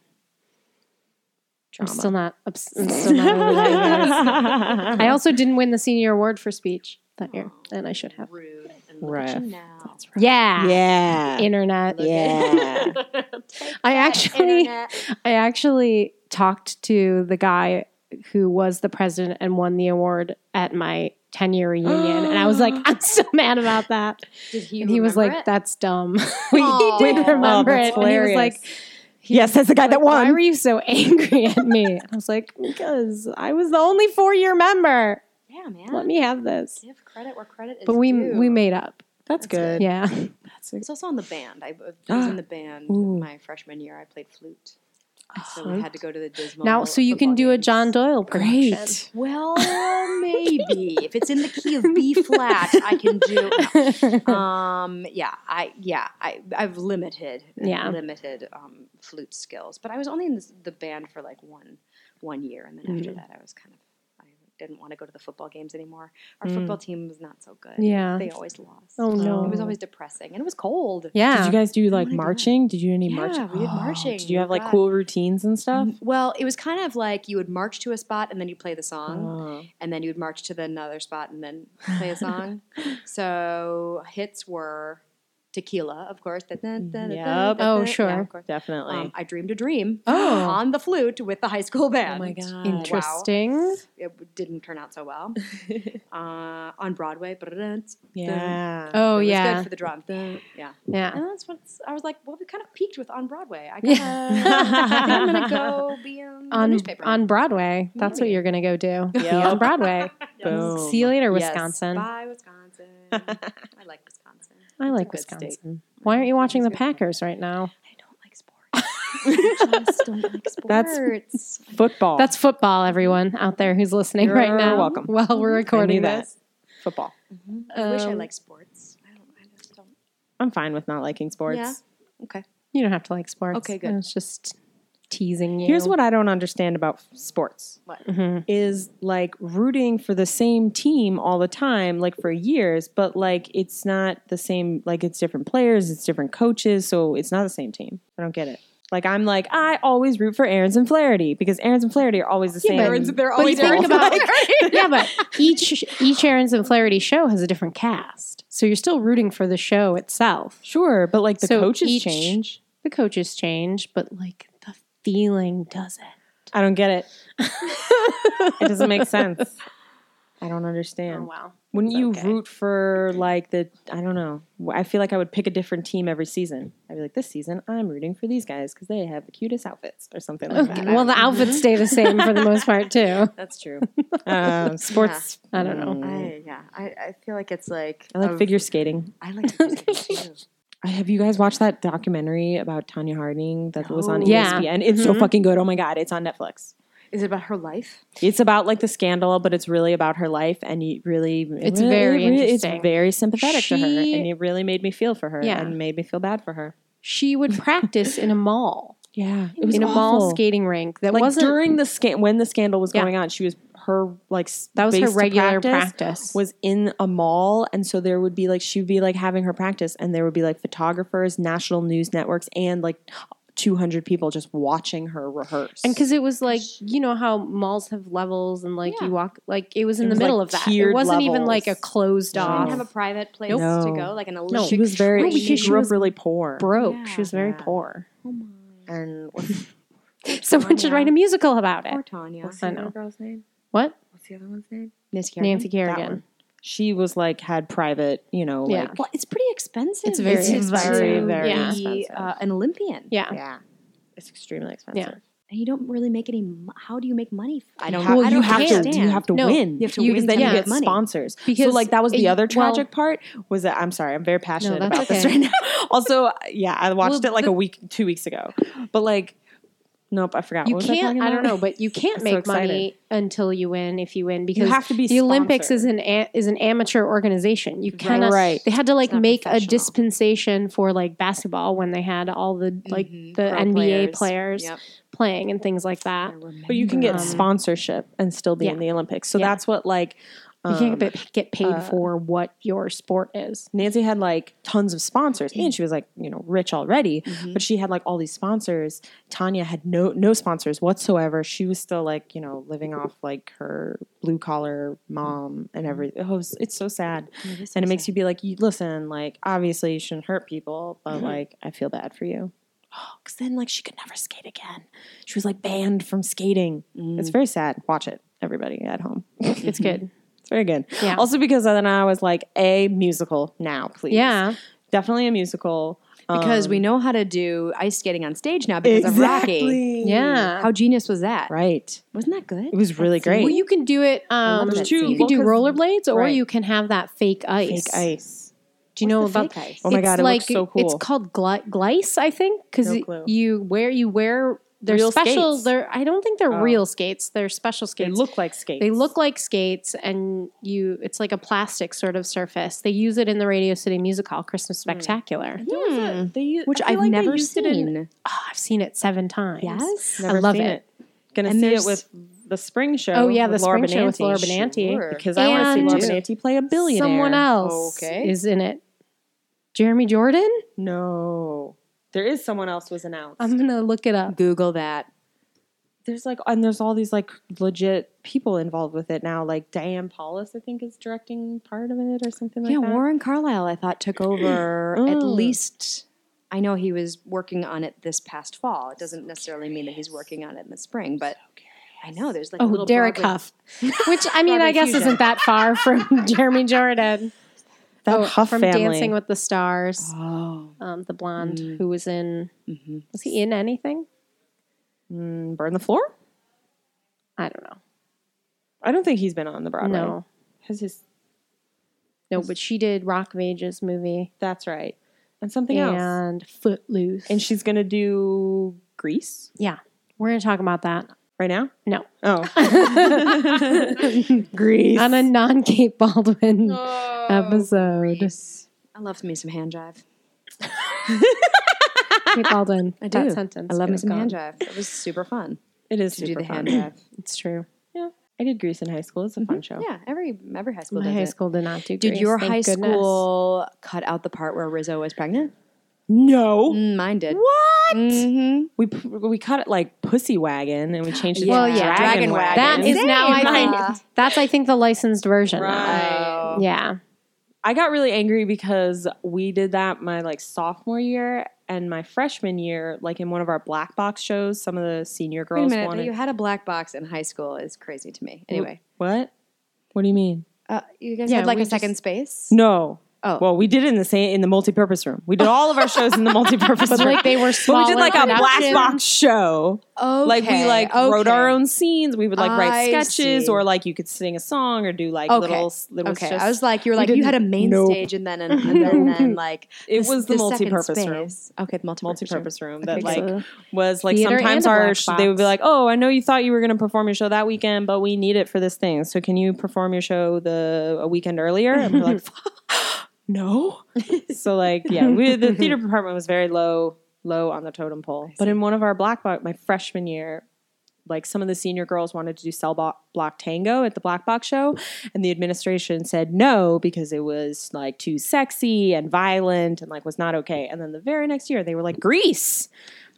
I'm
Drama.
still not. Ups- I'm still not over that yet. I also didn't win the senior award for speech that year, and I should have.
Rude. And look at you now.
Yeah.
yeah,
Internet.
yeah.
I actually.
Internet.
I actually talked to the guy who was the president and won the award at my 10 year reunion. and I was like, I'm so mad about that.
Did he?
And he was like,
remember it?
that's dumb. we
Aw.
did remember
Oh,
it.
that's
And he was like,
yes, that's the guy that
why
won.
were you so angry at me? And I was like, because I was the only four year member.
Yeah, man.
Let me have this.
give credit where credit is
But we
due.
we made up.
That's good.
Yeah.
That's it.
It's also on the band. I, I was in the band
Ooh.
my freshman year. I played flute, so we had to go to the dismal.
Now, so you can
football
do a
games.
John Doyle production.
Great.
Well, maybe if it's in the key of B flat, I can do. Um, yeah, I yeah, I I've limited
Yeah.
limited um, flute skills, but I was only in this, the band for like one one year, and then after that, I was kind of. I Didn't want to go to the football games anymore. Our football team was not so good.
Yeah.
they always lost.
Oh, no.
it was always depressing, and it was cold.
yeah.
Did you guys do like
my God.
marching? Did you do any
Yeah,
marching? Oh,
we did marching.
Did you have like
God.
cool routines and stuff?
Well, it was kind of like you would march to a spot and then you play the song,
Mm-hmm.
Oh.
and then you would march to the another spot and then play a song. so hits were tequila, of course. Da- da- da- da- da-
Mm, Yep.
da-
Oh,
da-
sure.
yeah, of course.
Definitely.
Um, I dreamed a dream
Oh.
on the flute with the high school band.
oh my god.
Interesting.
It didn't turn out so well uh, on Broadway.
Yeah.
Oh,
it was
yeah.
good for the drum. Yeah,
Yeah.
and that's what I was like. Well, we kind of peaked with on Broadway. I
Yeah.
gotta, I'm gonna go be on
on
newspaper.
on Broadway. That's what you're gonna go do. Be on Broadway.
Boom.
See you later,
Oh Yes.
Wisconsin.
Bye, Wisconsin. I like Wisconsin.
I like
good state.
Wisconsin. Why aren't you watching the Packers right now?
I don't like sports. I just don't like sports.
That's- Football.
That's football, everyone out there who's listening
You're
right now.
welcome.
While we're
I
recording
knew that.
this,
Football.
I wish I
Um,
liked sports. I don't. I just don't.
I'm fine with not liking sports.
Yeah. Okay.
you don't have to like sports.
Okay, good.
I was just teasing you.
Here's what I don't understand about f- sports
What?
Mhm.
is like rooting for the same team all the time, like for years, but like it's not the same, like it's different players, it's different coaches, so it's not the same team. I don't get it. Like I'm like, I always root for Aarons and Flaherty because Aarons and Flaherty are always the same.
they're
But you think about yeah, but each each Aaron's and Flaherty show has a different cast, so you're still rooting for the show itself.
sure, but like the
So
coaches
each-
change.
The coaches change, but like the feeling doesn't.
I don't get it. it doesn't make sense. I don't understand.
wow.
Wouldn't you
Okay.
root for like the I don't know. I feel like I would pick a different team every season. I'd be like, this season I'm rooting for these guys because they have the cutest outfits or something like that.
Well, the outfits stay the same for the most part too.
That's true. Um, sports.
I don't know.
mm,
I, yeah, I, I feel like it's like
I like
a-
figure skating.
I like figure skating too.
I, have you guys watched that documentary about Tanya Harding that was on E
No.
Yeah.
ESPN? It's so fucking good. Oh my god, it's on Netflix.
Is it about her life?
It's about like the scandal, but it's really about her life, and you really, it
It's
really-
very
it really-
interesting.
It's very sympathetic to her,
She-
and it really made me feel for her,
Yeah.
and made me feel bad for her.
She would practice in a mall,
Yeah, it
in a mall
awful.
skating rink that
like
wasn't
during the scan when the scandal was
Yeah.
going on, she was her like s-
that was her
space to
regular practice.
was in a mall, and so there would be like she would be like having her practice, and there would be like photographers, national news networks, and like two hundred people just watching her rehearse.
and because it was like you know how malls have levels and like
Yeah.
you walk like it was in
It
the
was,
middle
like,
of that. It
tiered
wasn't even
levels.
like a closed
No.
off.
Didn't have a private place
Nope.
to go, like an Olympic.
No.
she was very
No,
she
because she
grew
was
up really poor,
broke.
Yeah.
She was very
Yeah.
poor.
and
Someone should
yeah.
write a musical about
Poor
it.
Tanya.
I know
girl's name?
what
What's the other one's name?
Nancy Kerrigan.
Nancy
That
Kerrigan.
one. She was like had private, you know,
Yeah.
like
Well, it's pretty expensive.
It's very
to-
expensive.
to
Very
Yeah.
be
expensive.
uh, an Olympian.
Yeah.
yeah. It's extremely expensive.
and you don't really make any. mo- How do you make money? I don't.
Well,
I
you
don't
have
understand.
to. You have to
No,
win.
you have to
because
win
Then
to
you
get
get
money.
sponsors. so,
Because
like, that was
it-
the other
well-
tragic part. Was that I'm sorry, I'm very passionate
that's
about this
okay.
right now. Also, yeah, I watched
Well,
it like
the-
a week, two weeks ago. But like, nope, I forgot.
You
What was
can't.
I,
I, don't know, but you can't
I'm so
make
excited.
money until you win. If you win, because
You have to be
the Olympics
sponsored.
is an a, is an amateur organization. You cannot.
Right.
They had to like
not
make a
professional.
dispensation for like basketball when they had all the like
Mhm.
the
Pro
NBA players,
Yep. oh,
playing and things like
I
that.
But you can get
Um,
remember.
sponsorship and still be
yeah.
in the Olympics. So
Yeah.
that's what like.
you
um,
can't get, get paid
uh,
for what your sport is.
Nancy had like tons of sponsors, and she was like, you know, rich already. But she had like all these sponsors. Tanya had no no sponsors whatsoever. She was still like, you know, living off like her blue collar mom and every. It was, it's Mm-hmm. so sad, and it makes you be like, you, listen, like obviously you shouldn't hurt people, but like I feel bad for you. Because then like she could never skate again. She was like banned from skating. It's very sad. Watch it, everybody at home.
It's good.
It's very good.
Yeah.
Also because then I was like, a musical now, please.
Yeah.
Definitely a musical.
because we
Um,
know how to do ice skating on stage now because of Rocky.
exactly.
Yeah.
How genius was that?
Right.
Wasn't that good?
It was really great.
Well, you can do it. Um,
love that
scene.
you can do
Well, 'cause-
rollerblades, or
right.
you can have that fake ice.
Fake ice.
Do you know
What's the
about?
fake ice?
Oh my god, it looks so cool.
It's called gli- glice, I think, because
No clue.
you wear you wear they're
Real
special.
skates.
They're I don't think they're
Oh.
real skates. They're special
they
skates.
look like skates.
They look like skates, and you it's like a plastic sort of surface. They use it in the Radio City Music Hall Christmas Spectacular.
There was a- they-
Hmm. Which
I feel
I've
like they
never
used
seen.
It in,
Oh, I've seen it seven times.
yes.
never
love
seen
it.
Gonna
And
see it
there's-
with the spring show.
Oh yeah, the
with Laura
spring show with
Benanti.
Laura Benanti.
Sure.
Because I want to see Laura
And
Benanti play a billionaire.
Someone else
Okay.
is in it. Jeremy Jordan.
No. There is someone else was announced.
I'm gonna look it up.
Google that.
there's like and there's all these like legit people involved with it now. Like Diane Paulus, I think, is directing part of it or something like
yeah,
that.
Warren Carlisle, I thought, took over
Oh.
at least. I know he was working on it this past fall. It doesn't necessarily mean that he's working on it in the spring, but I know there's like a
Oh,
little
Derek
Broadway-
Huff, which I mean, I guess
Fusion.
isn't that far from Jeremy Jordan.
That
Oh,
Huff
from
family.
Dancing with the Stars,
Oh, mm-hmm.
um, the blonde who was in was he in anything?
Mm, burn the floor.
I don't know.
I don't think he's been on the Broadway.
No,
Has his
no, but she did Rock of Ages movie
that's right. And something else.
and Footloose,
And she's gonna do Greece
yeah, we're gonna talk about that.
right now?
No,
Oh. Greece.
on a non Kate Baldwin episode,
I love me some hand jive.
Kate Baldwin.
I
That
do.
sentence.
I love
could
me
have
some hand
gone.
jive. It was super fun
it is
to do
super
the hand
fun.
jive.
It's true.
I did Greece in high school. It's a fun show.
Yeah, every every high school
My
does
high
it.
school did not do.
Did
Grease,
your
thank
high
goodness.
school cut out the part where Rizzo was pregnant?
No.
Mm, mine did.
What?
Mm-hmm.
We p- we cut it like pussy wagon and we changed it
Well,
to
yeah,
dragon,
dragon
wagon.
That is
Same,
now I think
right.
that's I think the licensed version. now.
Right.
Yeah.
I got really angry because we did that my like sophomore year and my freshman year, like in one of our black box shows, some of the senior
Wait a
girls
minute, that
wanted
you had a black box in high school is crazy to me. Anyway,
What? What do you mean?
uh, you guys
Yeah,
had like
we
a
just-
second space.
No.
Oh.
Well, we did it in the same in the multi-purpose room. We did all of our shows in the multi-purpose
But
room.
like they were
but
small.
we did like a black
production.
box show.
Okay,
Like we like wrote our
okay.
own scenes. We would like write
I
sketches
see.
or like you could sing a song or do like
Okay.
little s- little
Okay,
just-
I was like, you were like,
didn't-
you had a main
Nope.
stage and then and, and then, then like
it
this-
was the,
second
multi-purpose room.
space. Okay, the multi-purpose,
Multi-purpose room
Okay,
that like
so-
was like
Theater
sometimes
and a
our
black
sh- they would be like,
box.
"Oh, I know you thought you were going to perform your show that weekend, but we need it for this thing. So can you perform your show the a weekend earlier?" And we're like, "No." so like, yeah, we, the theater department was very low low on the totem pole. But in one of our black box my freshman year, like some of the senior girls wanted to do cell block, block tango at the black box show and the administration said no because it was like too sexy and violent and like was not okay and then the very next year they were like greece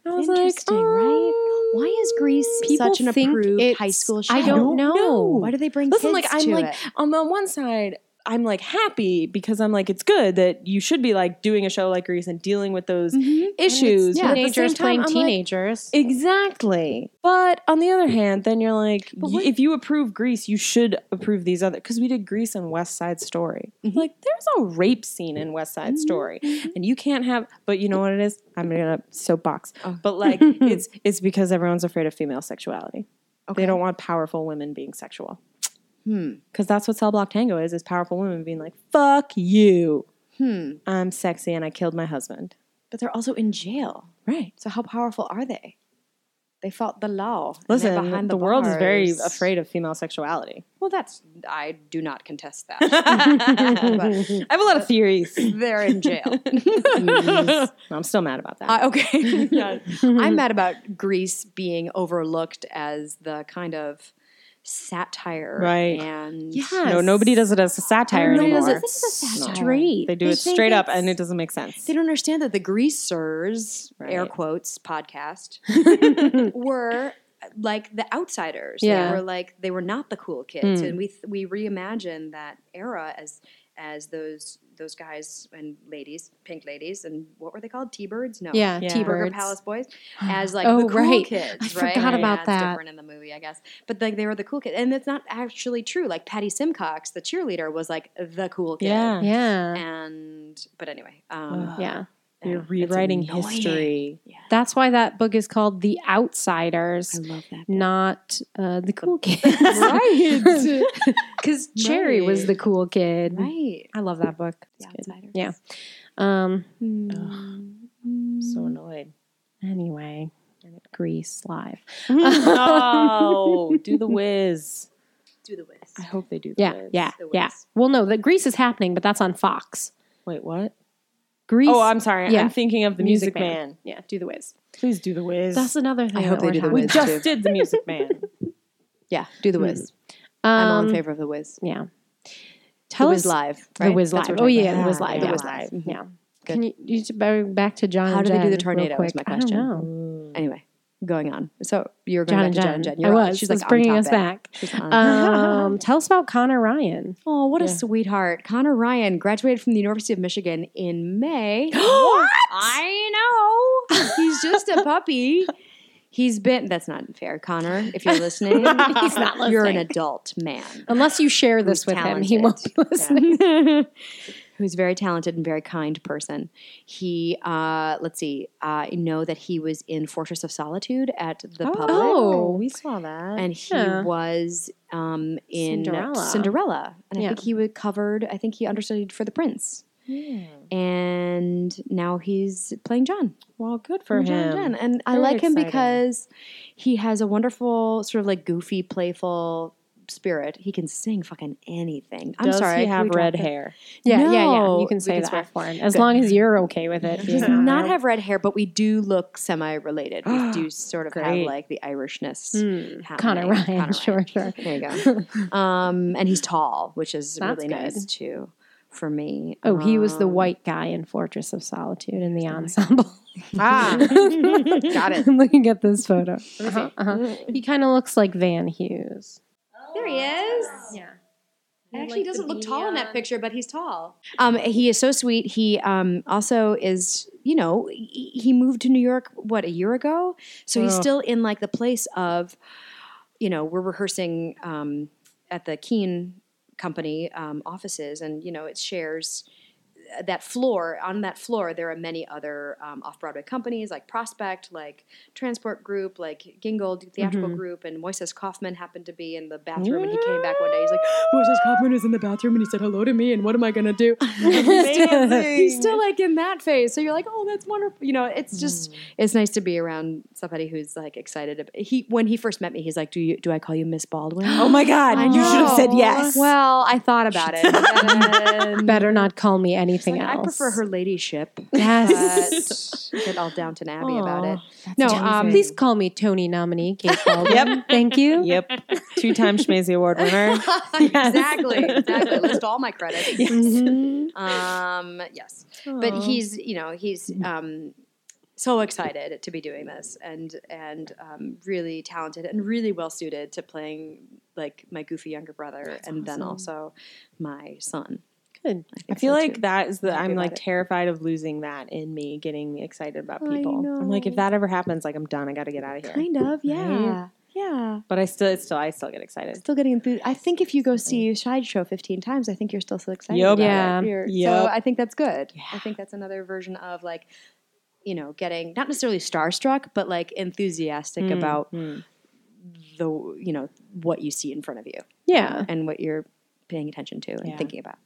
And i was like
Interesting, right?
um,
Why is Greece
People
such an
think
approved
it's-
high school show?
I don't know.
Why do they bring
listen
kids
like i'm
to
like
it?
on the one side i'm like happy because i'm like it's good that you should be like doing a show like greece and dealing with those issues
Mm-hmm. yeah.
but at the
Teenagers
same time,
playing
I'm like,
teenagers.
Exactly. But on the other hand, then you're like,
But
y-
what-
if you approve Greece, you should approve these other because we did Greece and West Side Story.
Mm-hmm.
Like, there's a rape scene in West Side Story, and you can't have. But you know what it is? I'm gonna soapbox.
Oh.
But like, it's it's because everyone's afraid of female sexuality. They don't want powerful women being sexual.
Hmm.
Because that's what cell block tango is: is powerful women being like, "Fuck you,
Hmm.
I'm sexy and I killed my husband."
But they're also in jail.
Right.
So how powerful are they? They fought the law. and they're
Listen, the,
behind
world is very
bars.
afraid of female sexuality.
Well, that's I do not contest that.
I have a lot of theories.
they're in jail.
I'm still mad about that.
I- okay. Yeah. I'm mad about Greece being overlooked as the kind of satire
Right.
and
no, nobody does it as a satire
Nobody
anymore.
does it. This is a
No.
straight.
They do it
think
straight up,
it's-
and it doesn't make sense.
They don't understand that the Greasers, air
Right.
quotes, podcast were uh, like the outsiders.
Yeah. Hmm.
They were like they were not the cool kids, and we th- we reimagine that era as as those those guys and ladies, pink ladies, and what were they called? T birds? No,
Yeah,
Yeah.
Burger
T-birds.
Palace Boys as like
Oh,
the cool
right.
kids,
I
right?
forgot about
it's
that.
different in the movie, I guess. But like they were the cool kids, and it's not actually true. Like Patty Simcox, the cheerleader, was like the cool kid.
Yeah.
Yeah.
And but anyway, um,
Yeah.
I don't
You're
know. It's
rewriting
annoying.
history.
That's why that book is called The Outsiders,
I love that.
not uh, The Cool Kids.
Right.
Because Cherry was
Right.
the cool kid.
Right.
I love that book.
The outsiders.
Yeah. Um,
I'm
Mm.
so annoyed.
anyway, Grease Live.
no, Oh, do the whiz.
Do the whiz.
I hope they do the
Yeah,
whiz.
yeah,
the
yeah.
Wiz.
Well, no, the Grease is happening, but that's on Fox.
Wait, what?
Grease.
Oh, I'm sorry.
Yeah.
I'm thinking of the Music, Man.
Yeah, do the whiz.
Please do the whiz.
That's another thing.
hope
that
they
we're
do The
having.
we
Wiz,
just
too.
did the Music Man.
Yeah. Do the whiz. I'm all in
Um,
favor of the whiz.
Yeah.
The
Tell
whiz
us
live.
The Wiz Live. Oh yeah, the Mm-hmm. Wiz Live.
The
Yeah.
whiz live.
Yeah. Can you, you should bear- back to John?
How
and
do they do
Jen
the
real
tornado is
quick.
my
I
question.
don't know.
Anyway, going on. So you were going
John
back
and
to John
Jen.
and Jen.
I
You're right.
was.
She's
She's
like
bringing
on
us
topic.
back.
She's on
Um, tell us about Connor Ryan.
Oh, what a
Yeah.
sweetheart. Connor Ryan graduated from the University of Michigan in May.
what?
I know. He's just a puppy. He's been, that's not fair, Connor. If you're listening,
He's not
You're an
listening.
adult man.
Unless you share this
Who's
with him, he won't be
talented.
listening.
who's a very talented and very kind person. He, uh, let's see, I know that he was in Fortress of Solitude at the public.
Oh, we saw that.
And he
yeah.
was um, in
Cinderella.
Cinderella. And I
Yeah.
think he was covered, I think he understudied for the prince. And now he's playing John.
Well, good for
John
him.
Jen. And I
Very
like him
exciting.
because he has a wonderful, sort of like goofy, playful spirit. He can sing fucking anything. I'm
Does
sorry.
he
can
have
we talk
red
that?
hair?
Yeah, yeah, yeah.
No,
You can
we
say
can
that
swear.
for him as
Good.
long as you're okay with it.
He
He
you
does
know.
not have red hair, but we do look semi related. We do sort of have
Great.
like the Irishness.
Hmm.
happening.
Connor Ryan, sure, sure.
There you go. um, and he's tall, which is
That's
really nice
good.
too for me.
Oh, he was the
Um,
white guy in Fortress of Solitude in the ensemble.
Ah, got it.
I'm looking at this photo. Uh-huh, uh-huh. He kind of looks like Van Hughes.
There he is.
Yeah.
Actually, he doesn't look tall in that picture, but he's tall. Um, he is so sweet. He um, also is, you know, he, he moved to New York what a year ago, so he's
Ugh.
still in like the place of, you know, we're rehearsing um, at the Keen Company um, offices, and you know, it shares uh, that floor. On that floor, there are many other um, off Broadway companies like Prospect, like Transport Group, like Gingold Theatrical Group, and Moises Kaufman happened to be in the bathroom, and he came back one day. He's like.
Moises Kaufman is in the bathroom and he said hello to me, and what am I gonna do?
he's still like in that phase. So you're like, oh, that's wonderful. You know,
Mm-hmm.
it's just it's nice to be around somebody who's like excited. About, he when he first met me, he's like, do you do I call you Miss Baldwin?
Oh my God!
I
you should have said
know.
yes.
Well, I thought about it. and then-
Better not call me anything
Like, I
else.
prefer her ladyship.
Yes.
But get all Downton Abbey about
Aw,
it. No, um,
Please call me Tony nominee, Kate Baldwin.
Yep.
Thank you.
yep, two-time Schmazy Award winner.
exactly, exactly. List all my credits.
Mhm.
Um, yes. but he's you know he's um, so excited to be doing this and and um, really talented and really well suited to playing like my goofy younger brother and then also my son
good.
I feel
so,
like that is the
Happy
I'm
about
like
it.
terrified of losing that in me getting excited about
I
people. I'm like if
know.
that ever happens, like I'm done. I got to get out of here.
of
yeah.
yeah
But I still, it's still, I still get excited.
still getting enthu- i think if you go see sideshow 15 times i think you're still so excited
Yep.
about it.
Yeah.
You're- so
Yep.
i think that's good i think that's another version of like you know getting not necessarily starstruck but like enthusiastic
Hmm,
about the you know what you see in front of you
Yeah.
and what you're paying attention to and
Yeah.
thinking about.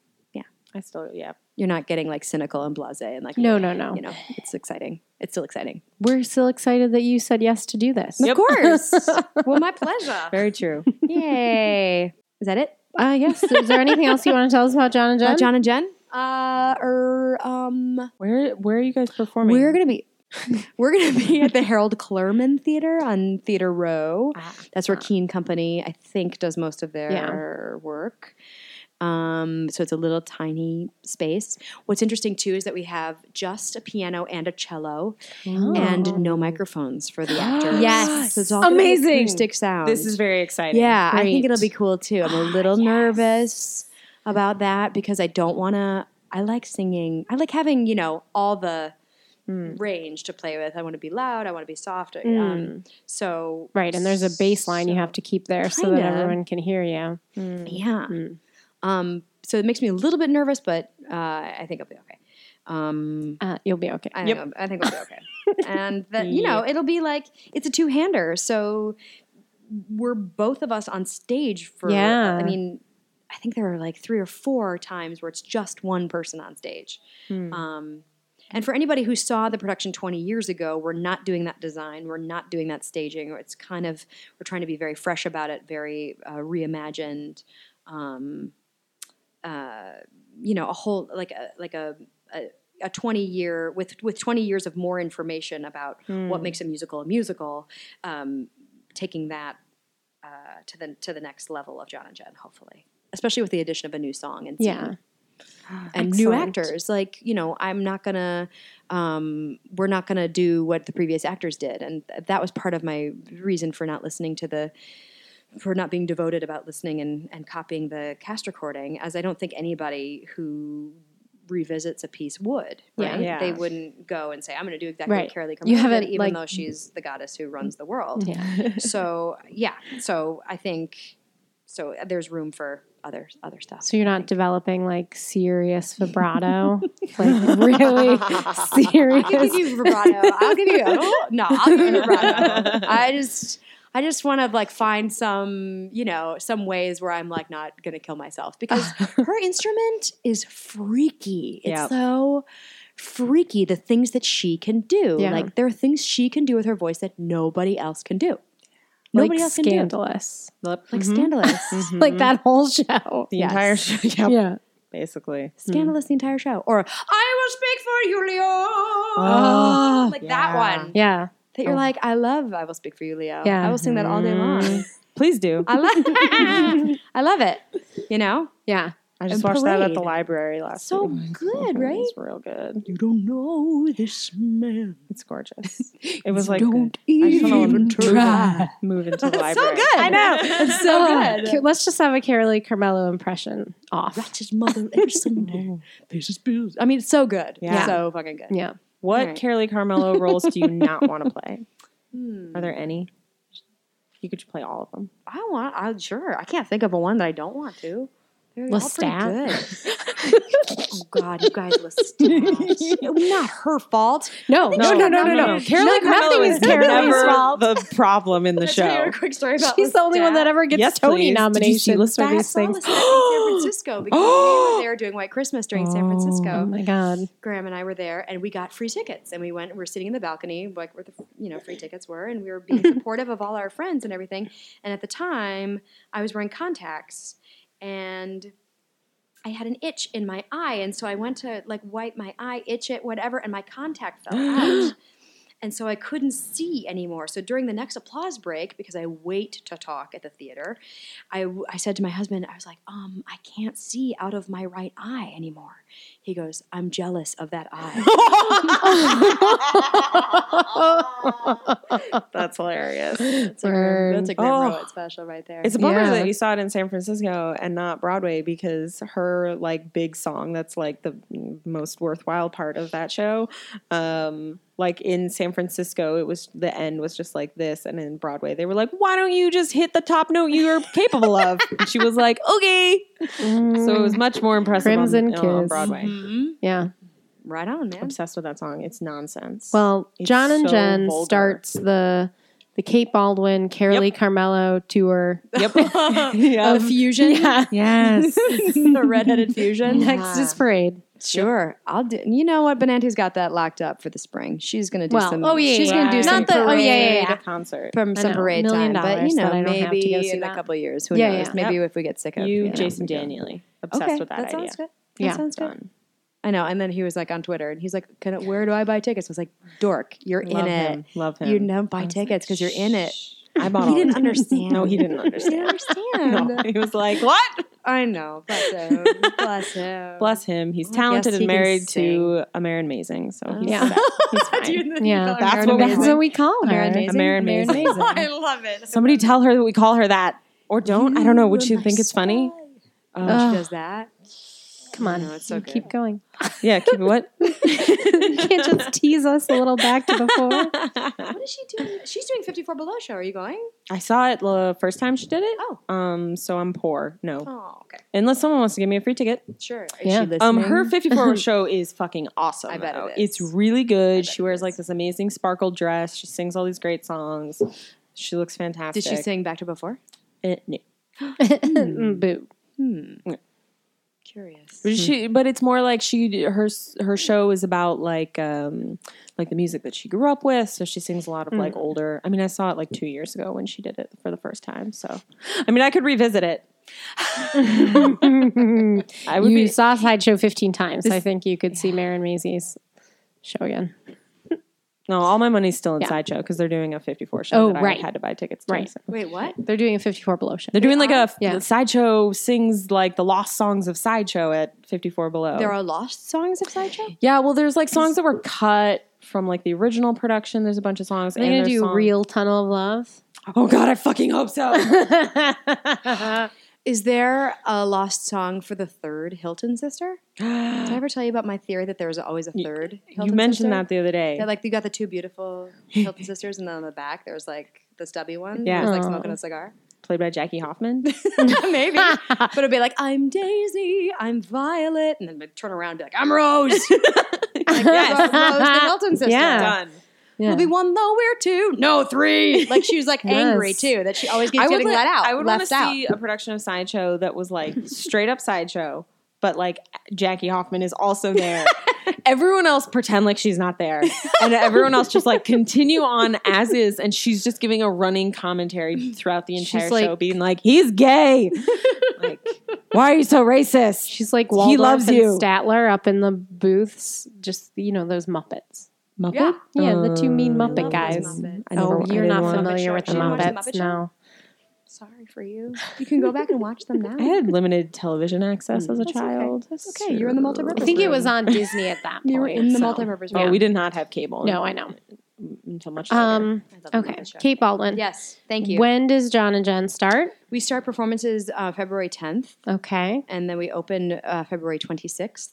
I still, yeah.
You're not getting like cynical and blasé and like
No, no, no.
you know it's exciting. It's still exciting.
We're still excited that you said yes to do this.
Yep.
Of course. well, my pleasure.
Very true.
Yay! Is that it?
Uh, yes. Is there anything else you want to tell us about John and Jen?
Uh, John and Jen. Uh, er, um,
Where, where are you guys performing?
we're gonna be. We're going to be at the Harold Clerman Theater on Theater Row.
Ah.
That's where Keene Company, I think, does most of their work. Um, so it's a little tiny space. What's interesting too is that we have just a piano and a cello, and
Oh.
no microphones for the actors.
Yes.
so it's all gonna be
Amazing.
acoustic sound.
This is very exciting.
yeah. I think
Great.
it'll be cool too. I'm a little nervous about that because I don't want to. I like singing. I like having you know all the
Hmm.
range to play with. I want to be loud. I want to be soft. Um, so
Hmm. Right, and there's a bass line you have to keep there so that
Kinda.
everyone can hear you.
Yeah. Um, so it makes me a little bit nervous, but uh, I think I'll be okay. Um,
Uh, you'll be okay.
I, think I'll, I think I'll be okay. and that you know, it'll be like it's a two-hander, so we're both of us on stage for.
Yeah.
I mean, I think there are like three or four times where it's just one person on stage. Um, and for anybody who saw the production 20 years ago, we're not doing that design. We're not doing that staging. It's kind of, we're trying to be very fresh about it, very uh, reimagined. Um, uh, you know, a whole, like a, like a, a, a 20 year, with, with 20 years of more information about
Hmm.
what makes a musical a musical, um, taking that uh, to the, to the next level of John and Jen, hopefully. Especially with the addition of a new song and scene
Yeah. Ah,
and new
Excellent.
actors. Like, you know, I'm not gonna, um, we're not gonna do what the previous actors did. And th- that was part of my reason for not listening to the, for not being devoted about listening and, and copying the cast recording, as I don't think anybody who revisits a piece would.
Yeah.
Right?
Yeah.
They wouldn't go and say, I'm gonna do exactly
Right.
what Carolee
You
Carmichael did,
haven't,
even
like-
though she's the goddess who runs the world.
Yeah.
so, yeah. So I think
so there's room for other other stuff.
So you're not developing like serious vibrato, like really serious.
give you vibrato. I'll give you. oh, No, I'll give you vibrato. I just, I just want to like find some, you know, some ways where I'm like not gonna kill myself because her instrument is freaky. It's
Yep.
so freaky. The things that she can do,
Yeah.
like there are things she can do with her voice that nobody else can do.
Nobody
Nobody
like
else can do.
scandalous,
Like scandalous,
like that whole show.
Mm-hmm. The
Yes.
entire show. Yeah,
Yeah,
basically.
scandalous the entire show. Or I will speak for you, Leo.
Oh,
like
yeah.
that one.
yeah.
That you're like, I love. I will speak for you, Leo.
Yeah.
I will sing that all day long.
Mm. Please do.
I love I love it. You know?
Yeah.
I just
and
watched that at the
Parade.
library last
So
week.
good, right?
It's real good.
You don't know this man.
It's gorgeous. It was like I just wanna
even try.
move into the library.
So good. I know. It's so
Uh,
good.
ca- Let's just have a Carolee Carmelo impression off.
That's his mother every Sunday. Pays his bills. I mean, it's so good.
Yeah.
So fucking good.
Yeah.
What
Right.
Carolee Carmelo roles do you not want to play?
Hmm.
Are there any? You could play all of them.
I want I sure. I can't think of a one that I don't want to. They're all pretty
Lestat.
good. oh God, you guys Lestat. Not her fault.
No, no, no, no, no, no.
Carolee
No-
Carmelo
nothing
is
is Carolie's
never
fault.
the problem in the
Can I tell you
show.
a quick story about
She's the only one
Lestat?
that ever gets
Yes,
Tony
please. Did you see
nominations
Lestat?
for
I
these
saw
things.
this in San Francisco because we were there doing White Christmas during San
Oh
Francisco.
my god.
Graham and I were there, and we got free tickets, and we went. We were sitting in the balcony, like where the you know free tickets were, and we were being supportive of all our friends and everything. And at the time, I was wearing contacts, and I had an itch in my eye, and so I went to like wipe my eye, itch it, whatever, and my contact fell out. And so I couldn't see anymore. So during the next applause break, because I wait to talk at the theater, I, w- I said to my husband, I was like, um, I can't see out of my right eye anymore. He goes, I'm jealous of that eye.
That's hilarious.
That's a Graham, that's a Graham
Oh.
Rowett special right there.
It's a bummer
Yeah.
that you saw it in San Francisco and not Broadway because her like big song that's like the most worthwhile part of that show. Um, like in San Francisco, it was the end was just like this, and in Broadway, they were like, "Why don't you just hit the top note you're capable of?" And she was like, "Okay." Mm. So it was much more impressive on-
Crimson
on,
Kiss.
Broadway.
Mhm.
yeah.
right on, man.
Obsessed with that song. It's nonsense.
Well,
It's
John and
so
Jen
vulgar.
starts the the Kate Baldwin, Carolee Carmelo tour
yep. yeah.
of fusion. Yeah.
Yes.
the redheaded fusion.
Next is Parade.
Sure, I'll do. You know what? Benanti's got that locked up for the spring. She's gonna do
Well,
some.
oh, yeah,
she's
yeah,
gonna do
yeah.
some
Not the- oh, yeah, yeah,
parade-
yeah.
concert.
From
I
some
know,
parade
million
time, but
dollars
you know,
that I don't have to
maybe
go see
in
that.
a couple of years, who
Yeah,
knows?
yeah.
Maybe if we get sick of
you,
know,
Jason
we go.
Daniele, obsessed
okay,
with that,
that
idea.
sounds good. That
Yeah.
sounds good.
Done.
I know. And then he was like on Twitter, and he's like, "Can I- "Where do I buy tickets?" I was like, "Dork, you're
Love
in it.
him. Love him.
You don't buy tickets because you're in it."
I bought.
He
all the
didn't
tickets.
understand.
No, he didn't
I
understand.
understand.
no, he was like, "What?
I know. Bless him. Bless him.
Bless him. He's
Well,
talented
yes, he
and
can
married to
sing.
Amaren Amazing, so he's
Yeah.
set. He's fine.
Yeah.
That's what we-
That's what we call her.
Amazing.
Amaren
Amazing.
Amazing.
I love it.
Somebody tell her that we call her that, or don't. I don't know. Would she think it's funny?
Oh,
Ugh.
she does that.
Come on.
No, it's so
you
good.
Keep going.
Yeah. Keep it what?
you can't just tease us a little back to before.
What is she doing? She's doing 54 Below show. Are you going?
I saw it the first time she did it.
Oh.
Um. So I'm poor. No.
Oh, okay.
Unless someone wants to give me a free ticket.
Sure. Is
Yeah.
she listening?
Um, her 54 show is fucking awesome.
I bet it
though.
is.
It's really good.
bet
She
it
wears
is.
like this amazing sparkle dress. She sings all these great songs. She looks fantastic.
Did she sing Back to Before?
Eh, no.
Mm, Boo.
Hmm.
Yeah.
Curious.
But she,
Hmm.
but it's more like she her s- her show is about like um like the music that she grew up with. So she sings a lot of like
Hmm.
older. I mean, I saw it like two years ago when she did it for the first time. So, I mean, I could revisit it. I would
you
be.
saw Sideshow 15 times. I think you could see Marin Maisie's show again.
No, all my money's still in
Yeah.
sideshow because they're doing a fifty four show.
Oh,
that
right.
I had to buy tickets. To,
Right.
so.
Wait, what?
Oh.
They're doing a 54 below show.
They're doing like a
Yeah.
sideshow sings like the lost songs of sideshow at 54 below.
There are lost songs of Sideshow?
yeah, well, there's like songs that were cut from like the original production. There's a bunch of songs.
They're going
and
to
there's
do
songs-
Real Tunnel of Love.
Oh God, I fucking hope so.
Is there a lost song for the third Hilton sister? Did I ever tell you about my theory that there was always a third Hilton
you mentioned
sister?
that the other day.
Yeah, like you got the two beautiful Hilton sisters, and then on the back there was like the stubby one.
Yeah.
who was like
Oh.
smoking a cigar.
played by Jackie Hoffman.
Maybe. but it'd be like, I'm Daisy, I'm Violet. And then I'd turn around and be like, I'm Rose. like, yes, Rose, the Milton sister.
Yeah.
Done.
Yeah.
We'll be one low, we're two. No, three. Like she was like angry
Yes.
too, that she always keeps getting
like-
let out.
I would want to
left out.
see a production of Sideshow that was like straight up Sideshow, but like Jackie Hoffman is also there. everyone else pretend like she's not there, and everyone else just like continue on as is, and she's just giving a running commentary throughout the
She's
entire
like-
show, being like, "He's gay. like, why are you so racist?"
She's like Waldorf
loves
and
you.
Statler up in the booths, just you know those Muppets.
Muppet.
Yeah.
Yeah, the two mean
Um,
Muppet
Muppets,
guys.
Muppet.
I never-
oh,
I
you're
didn't
not
watch-
familiar
Muppet
with the
Show. She didn't watch
Muppets,
the Muppet Show?
no.
Sorry for you. You can go back and watch them now.
I had limited television access as a
That's okay.
child.
That's okay. You're in the multipurpose
I think it
room.
was on Disney at that point.
You were in the
so-
multipurpose
Oh,
room.
we did not have cable.
No, I know.
until much later.
Um,
I love the
okay,
Muppet Show.
Kate Baldwin.
Yes, thank you.
When does John and Jen start?
we start performances uh, February 10th,
Okay,
and then we open uh, February 26th,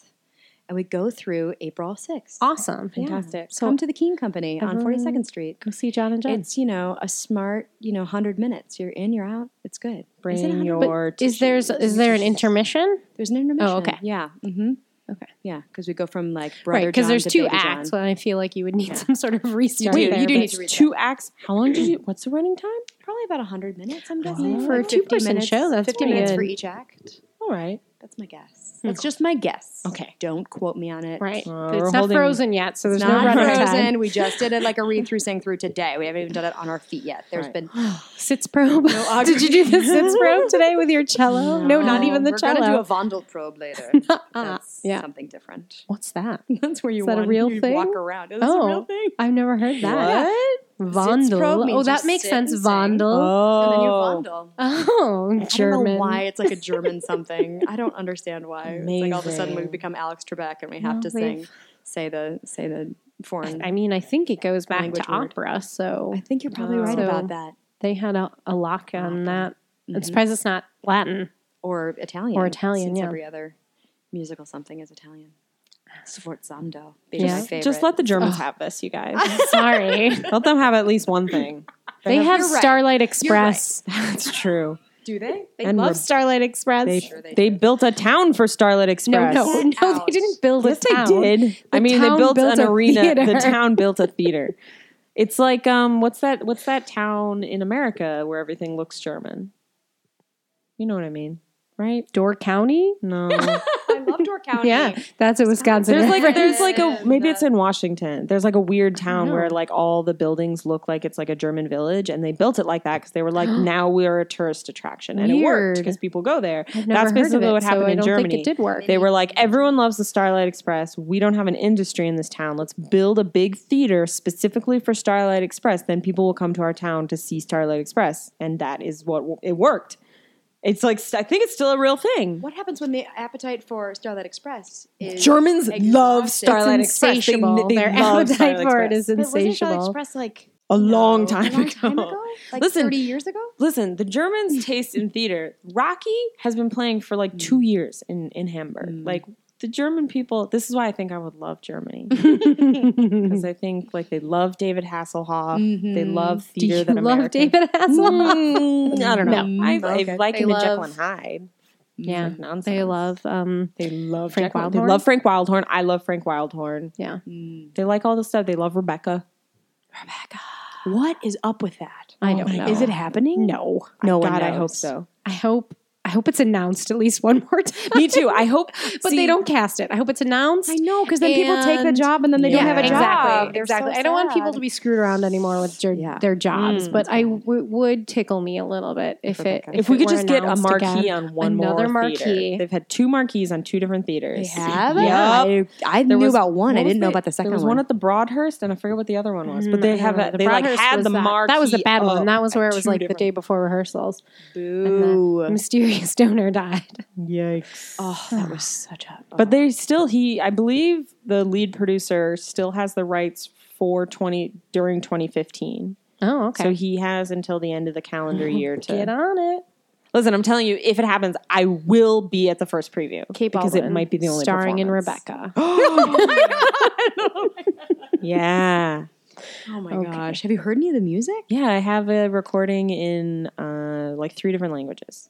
and we go through April 6th.
awesome,
Fantastic.
So
Come to the Keen Company on
Everyone-
42nd Street.
go see John and Jen.
It's, you know, a smart, you know, 100 minutes. You're in, you're out. It's good.
Bring
Is it 100?
But
your
is there is there an intermission?
There's an intermission.
Oh, okay.
Yeah. hmm
Okay.
Yeah, because we go from like brother
Right, because
John
there's
to
two
Baby
acts,
John.
and I feel like you would need some sort of restart.
Wait,
there,
you do
but-
need to two acts. How long did you? What's the running time?
Probably about 100 minutes, I'm
guessing.
guessing.
For a
50
Oh, two-person
minutes-
show, that's
50
pretty
minutes for
good. Hmm.
each act.
All right.
That's my guess. That's just my guess.
Okay.
Don't quote me on it.
Right.
Uh,
it's
we're
not
holding-
frozen yet, so there's
It's
no
not
runner
frozen.
time.
We just did it like a read through, sang through today. We haven't even done it on our feet yet. There's
Right.
been
Sitz probe. Did you do the sitz probe today with your cello? No, not even the
Oh, We're
cello.
gonna do a Vondel probe later. That's
yeah.
something different.
What's that?
That's where you
Is that a
wander-
real
you
thing?
walk around. Is
Oh.
a real thing?
I've never heard that.
What?
Vondel.
probe means
oh,
just eh?
that makes
sit
sense.
and sing.
Vondel.
And then you
Oh,
Vondel.
Oh, German.
I don't know why it's like a German something. I don't understand why. It's like all of a sudden we
Amazing.
become Alex Trebek and we have to
Well, we've-
sing, say the say the foreign.
I mean, I think it goes back to
Language word.
opera, so
I think you're probably
Oh.
right
So-
about that.
they had a, a lock on that.
Mm-hmm.
I'm surprised it's not Latin.
Or Italian.
Or Italian,
since
yeah.
Every other musical something is Italian. Sforzando being
Yeah.
my favorite.
just let the Germans have this, you guys.
Sorry.
let them have at least one thing.
they have
You're right.
Starlight Express.
That's true.
do they? They
And
love
Rebe-
Starlight Express.
They
Sure they
they built a town for Starlight
no,
Express.
no,
Get
no,
out.
they didn't build
Yes,
a town.
they did. I mean, they
town
built,
built
an
a
arena.
theater.
The town built a theater. It's like um, what's that? What's that town in America where everything looks German? You know what I mean, right?
Door County?
No.
I love Door County.
Yeah, that's a Wisconsin
There's like
reference.
there's like a
References.
maybe it's in Washington. There's like a weird town
know.
where like all the buildings look like it's like a German village, and they built it like that because they were like, now we're a tourist attraction, and it worked
Weird.
because people go there.
I've never
That's
heard of
basically
it,
what happened
so I
in
don't
Germany.
think it did work.
They were like, everyone loves the Starlight Express. We don't have an industry in this town. Let's build a big theater specifically for Starlight Express. Then people will come to our town to see Starlight Express, and that is what it worked. It's like I think it's still a real thing.
What happens when the appetite for Starlight Express is
Germans love
exhausted?
Starlight Express. They-
insatiable.
they
Their
love
appetite
Starlight
for it
Express.
is
But wasn't Starlight
insatiable.
Express like
A long
no,
time
a long time
ago.
ago? Like
Listen.
30 years ago?
Listen, the Germans' taste in theater. Rocky has been playing for like two
Mm.
years in in Hamburg. Like the German people. This is why I think I would love Germany because
Mm-hmm.
I think like they love David Hasselhoff. They love
Do
theater
you
that
love
American-
David Hasselhoff?
Mm, I don't know.
No.
I, I
Okay.
like
They
him in
love-
Jekyll and Hyde.
Yeah,
Like nonsense.
they love. Um,
They love
Frank
Jekyll- They
Wildhorn?
love Frank Wildhorn. I love Frank Wildhorn.
yeah,
They like all this stuff. They love Rebecca.
What is up with that?
I don't know.
Is it happening?
No,
No,
one
God, I hope
knows.
so.
I hope. I hope it's announced at least one more time.
Me too. I hope,
but
see,
they don't cast it. I hope it's announced.
I know, because then people take the
And-
job and then they don't have a
Yeah.
job.
Exactly.
They're
exactly.
so
I don't want people
sad.
to be screwed around anymore with their,
Yeah.
their jobs,
Mm.
but I w- would tickle me a little bit if it
Rebecca.
if, we
it
could
were
just get a
announced
marquee
again.
on one
Another
more
marquee.
Theater. They've had two marquees on two different
They
theaters.
have?
Yep.
I, I
There
knew
was-
about one.
what
I
was
didn't know
the-
about the second
There was
one.
one at the Broadhurst, and I forget what the other one was. But
Mm,
they
I
have
don't
a,
know.
they like
Broadhurst
had
was
the
that-
marquee.
That was the bad one.
up
and That was
at
where it was
two
like the
different-
day before rehearsals.
Boo.
Mysterious donor died.
Yikes!
Oh, that was such a.
But
Um,
they still he I believe the lead producer still has the rights for twenty during 2015.
Oh, okay.
So he has until the end of the calendar year to
Get on it.
listen. I'm telling you, if it happens, I will be at the first preview
Kate
because
Baldwin,
it might be the only
starring in
performance.
Rebecca.
Yeah.
Oh my
Okay.
gosh. Have you heard any of the music?
Yeah, I have a recording in uh, like three different languages.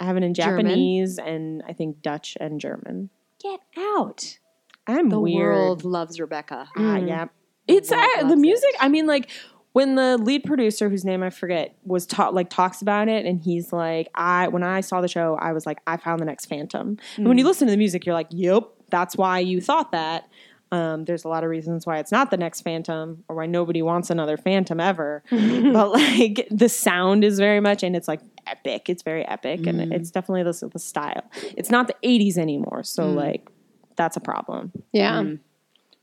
I have it in
German?
Japanese and I think Dutch and German.
Get out.
I'm
The
weird.
world loves Rebecca.
Ah, yeah. It's
world
uh, the
loves
music.
it.
I mean, like when the lead producer, whose name I forget, was taught like talks about it, and he's like, I when I saw the show, I was like, I found the next Phantom. And when you listen to the music, you're like, Yep, that's why you thought that. Um, there's a lot of reasons why it's not the next Phantom, or why nobody wants another Phantom ever. but like the sound is very much, and it's like epic. It's very epic, and it's definitely the, the style. It's not the '80s anymore, so like that's a problem.
Yeah.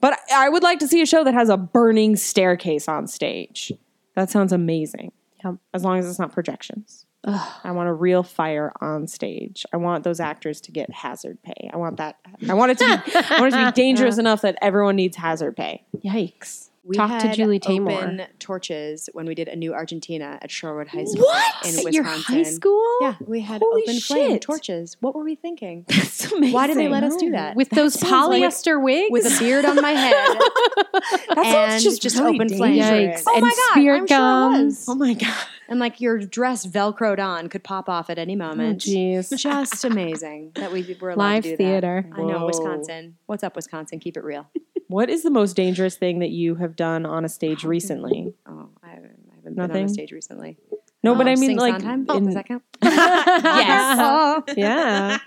But I would like to see a show that has a burning staircase on stage. That sounds amazing.
Yep.
As long as it's not projections. I want a real fire on stage. I want those actors to get hazard pay. I want that. I want it to. Be, I want it to be dangerous enough that everyone needs hazard pay.
Yikes.
We
Talk to
had
Julie Taymor.
open torches when we did a new Argentina at Sherwood High School
What?
in
At
Wisconsin.
Your high school?
Yeah, we had
Holy
open flame
shit.
torches. What were we thinking?
That's amazing.
Why did they let us do that?
With those
sounds like-
polyester wigs?
With a beard on my head
That
and
sounds just,
just
really
open flame.
dangerous.
Yikes.
Oh
and
my God,
spear
I'm sure it
gums.
was.
Oh my god.
and like your dress velcroed on could pop off at
Oh,
any moment.
Jeez.
just amazing that we were allowed
Oh, Live
to do
theater.
that. I know
Whoa.
Wisconsin. What's up, Wisconsin? Keep it real.
What is the most dangerous thing that you have done on a stage recently?
Oh, I haven't, I haven't been on
Nothing?
a stage recently.
No, but
Oh,
I mean
Sing
like
Sondheim?
in-
does that count?
yes.
yeah.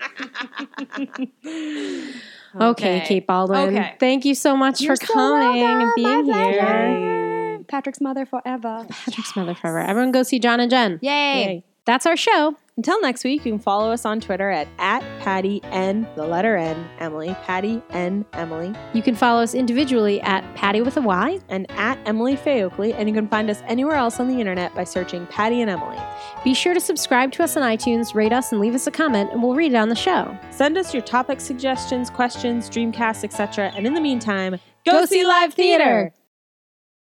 Oh,
Okay, Kate Baldwin.
Okay.
Thank you so much
You're
for
so
coming and
welcome. My
being
pleasure.
here.
Yay.
Patrick's mother forever.
Patrick's mother forever. Everyone go see John and Jen.
Yay.
Yay.
That's our show.
Until next week, you can follow us on Twitter at, at Patty N, the letter N, Emily, Patty N, Emily,
You can follow us individually at Patty with a Y.
and at Emily Faye Oakley. And you can find us anywhere else on the internet by searching Patty and Emily.
Be sure to subscribe to us on iTunes, rate us, and leave us a comment, and we'll read it on the show.
Send us your topic suggestions, questions, dreamcasts, etc. And in the meantime,
Go see live theater.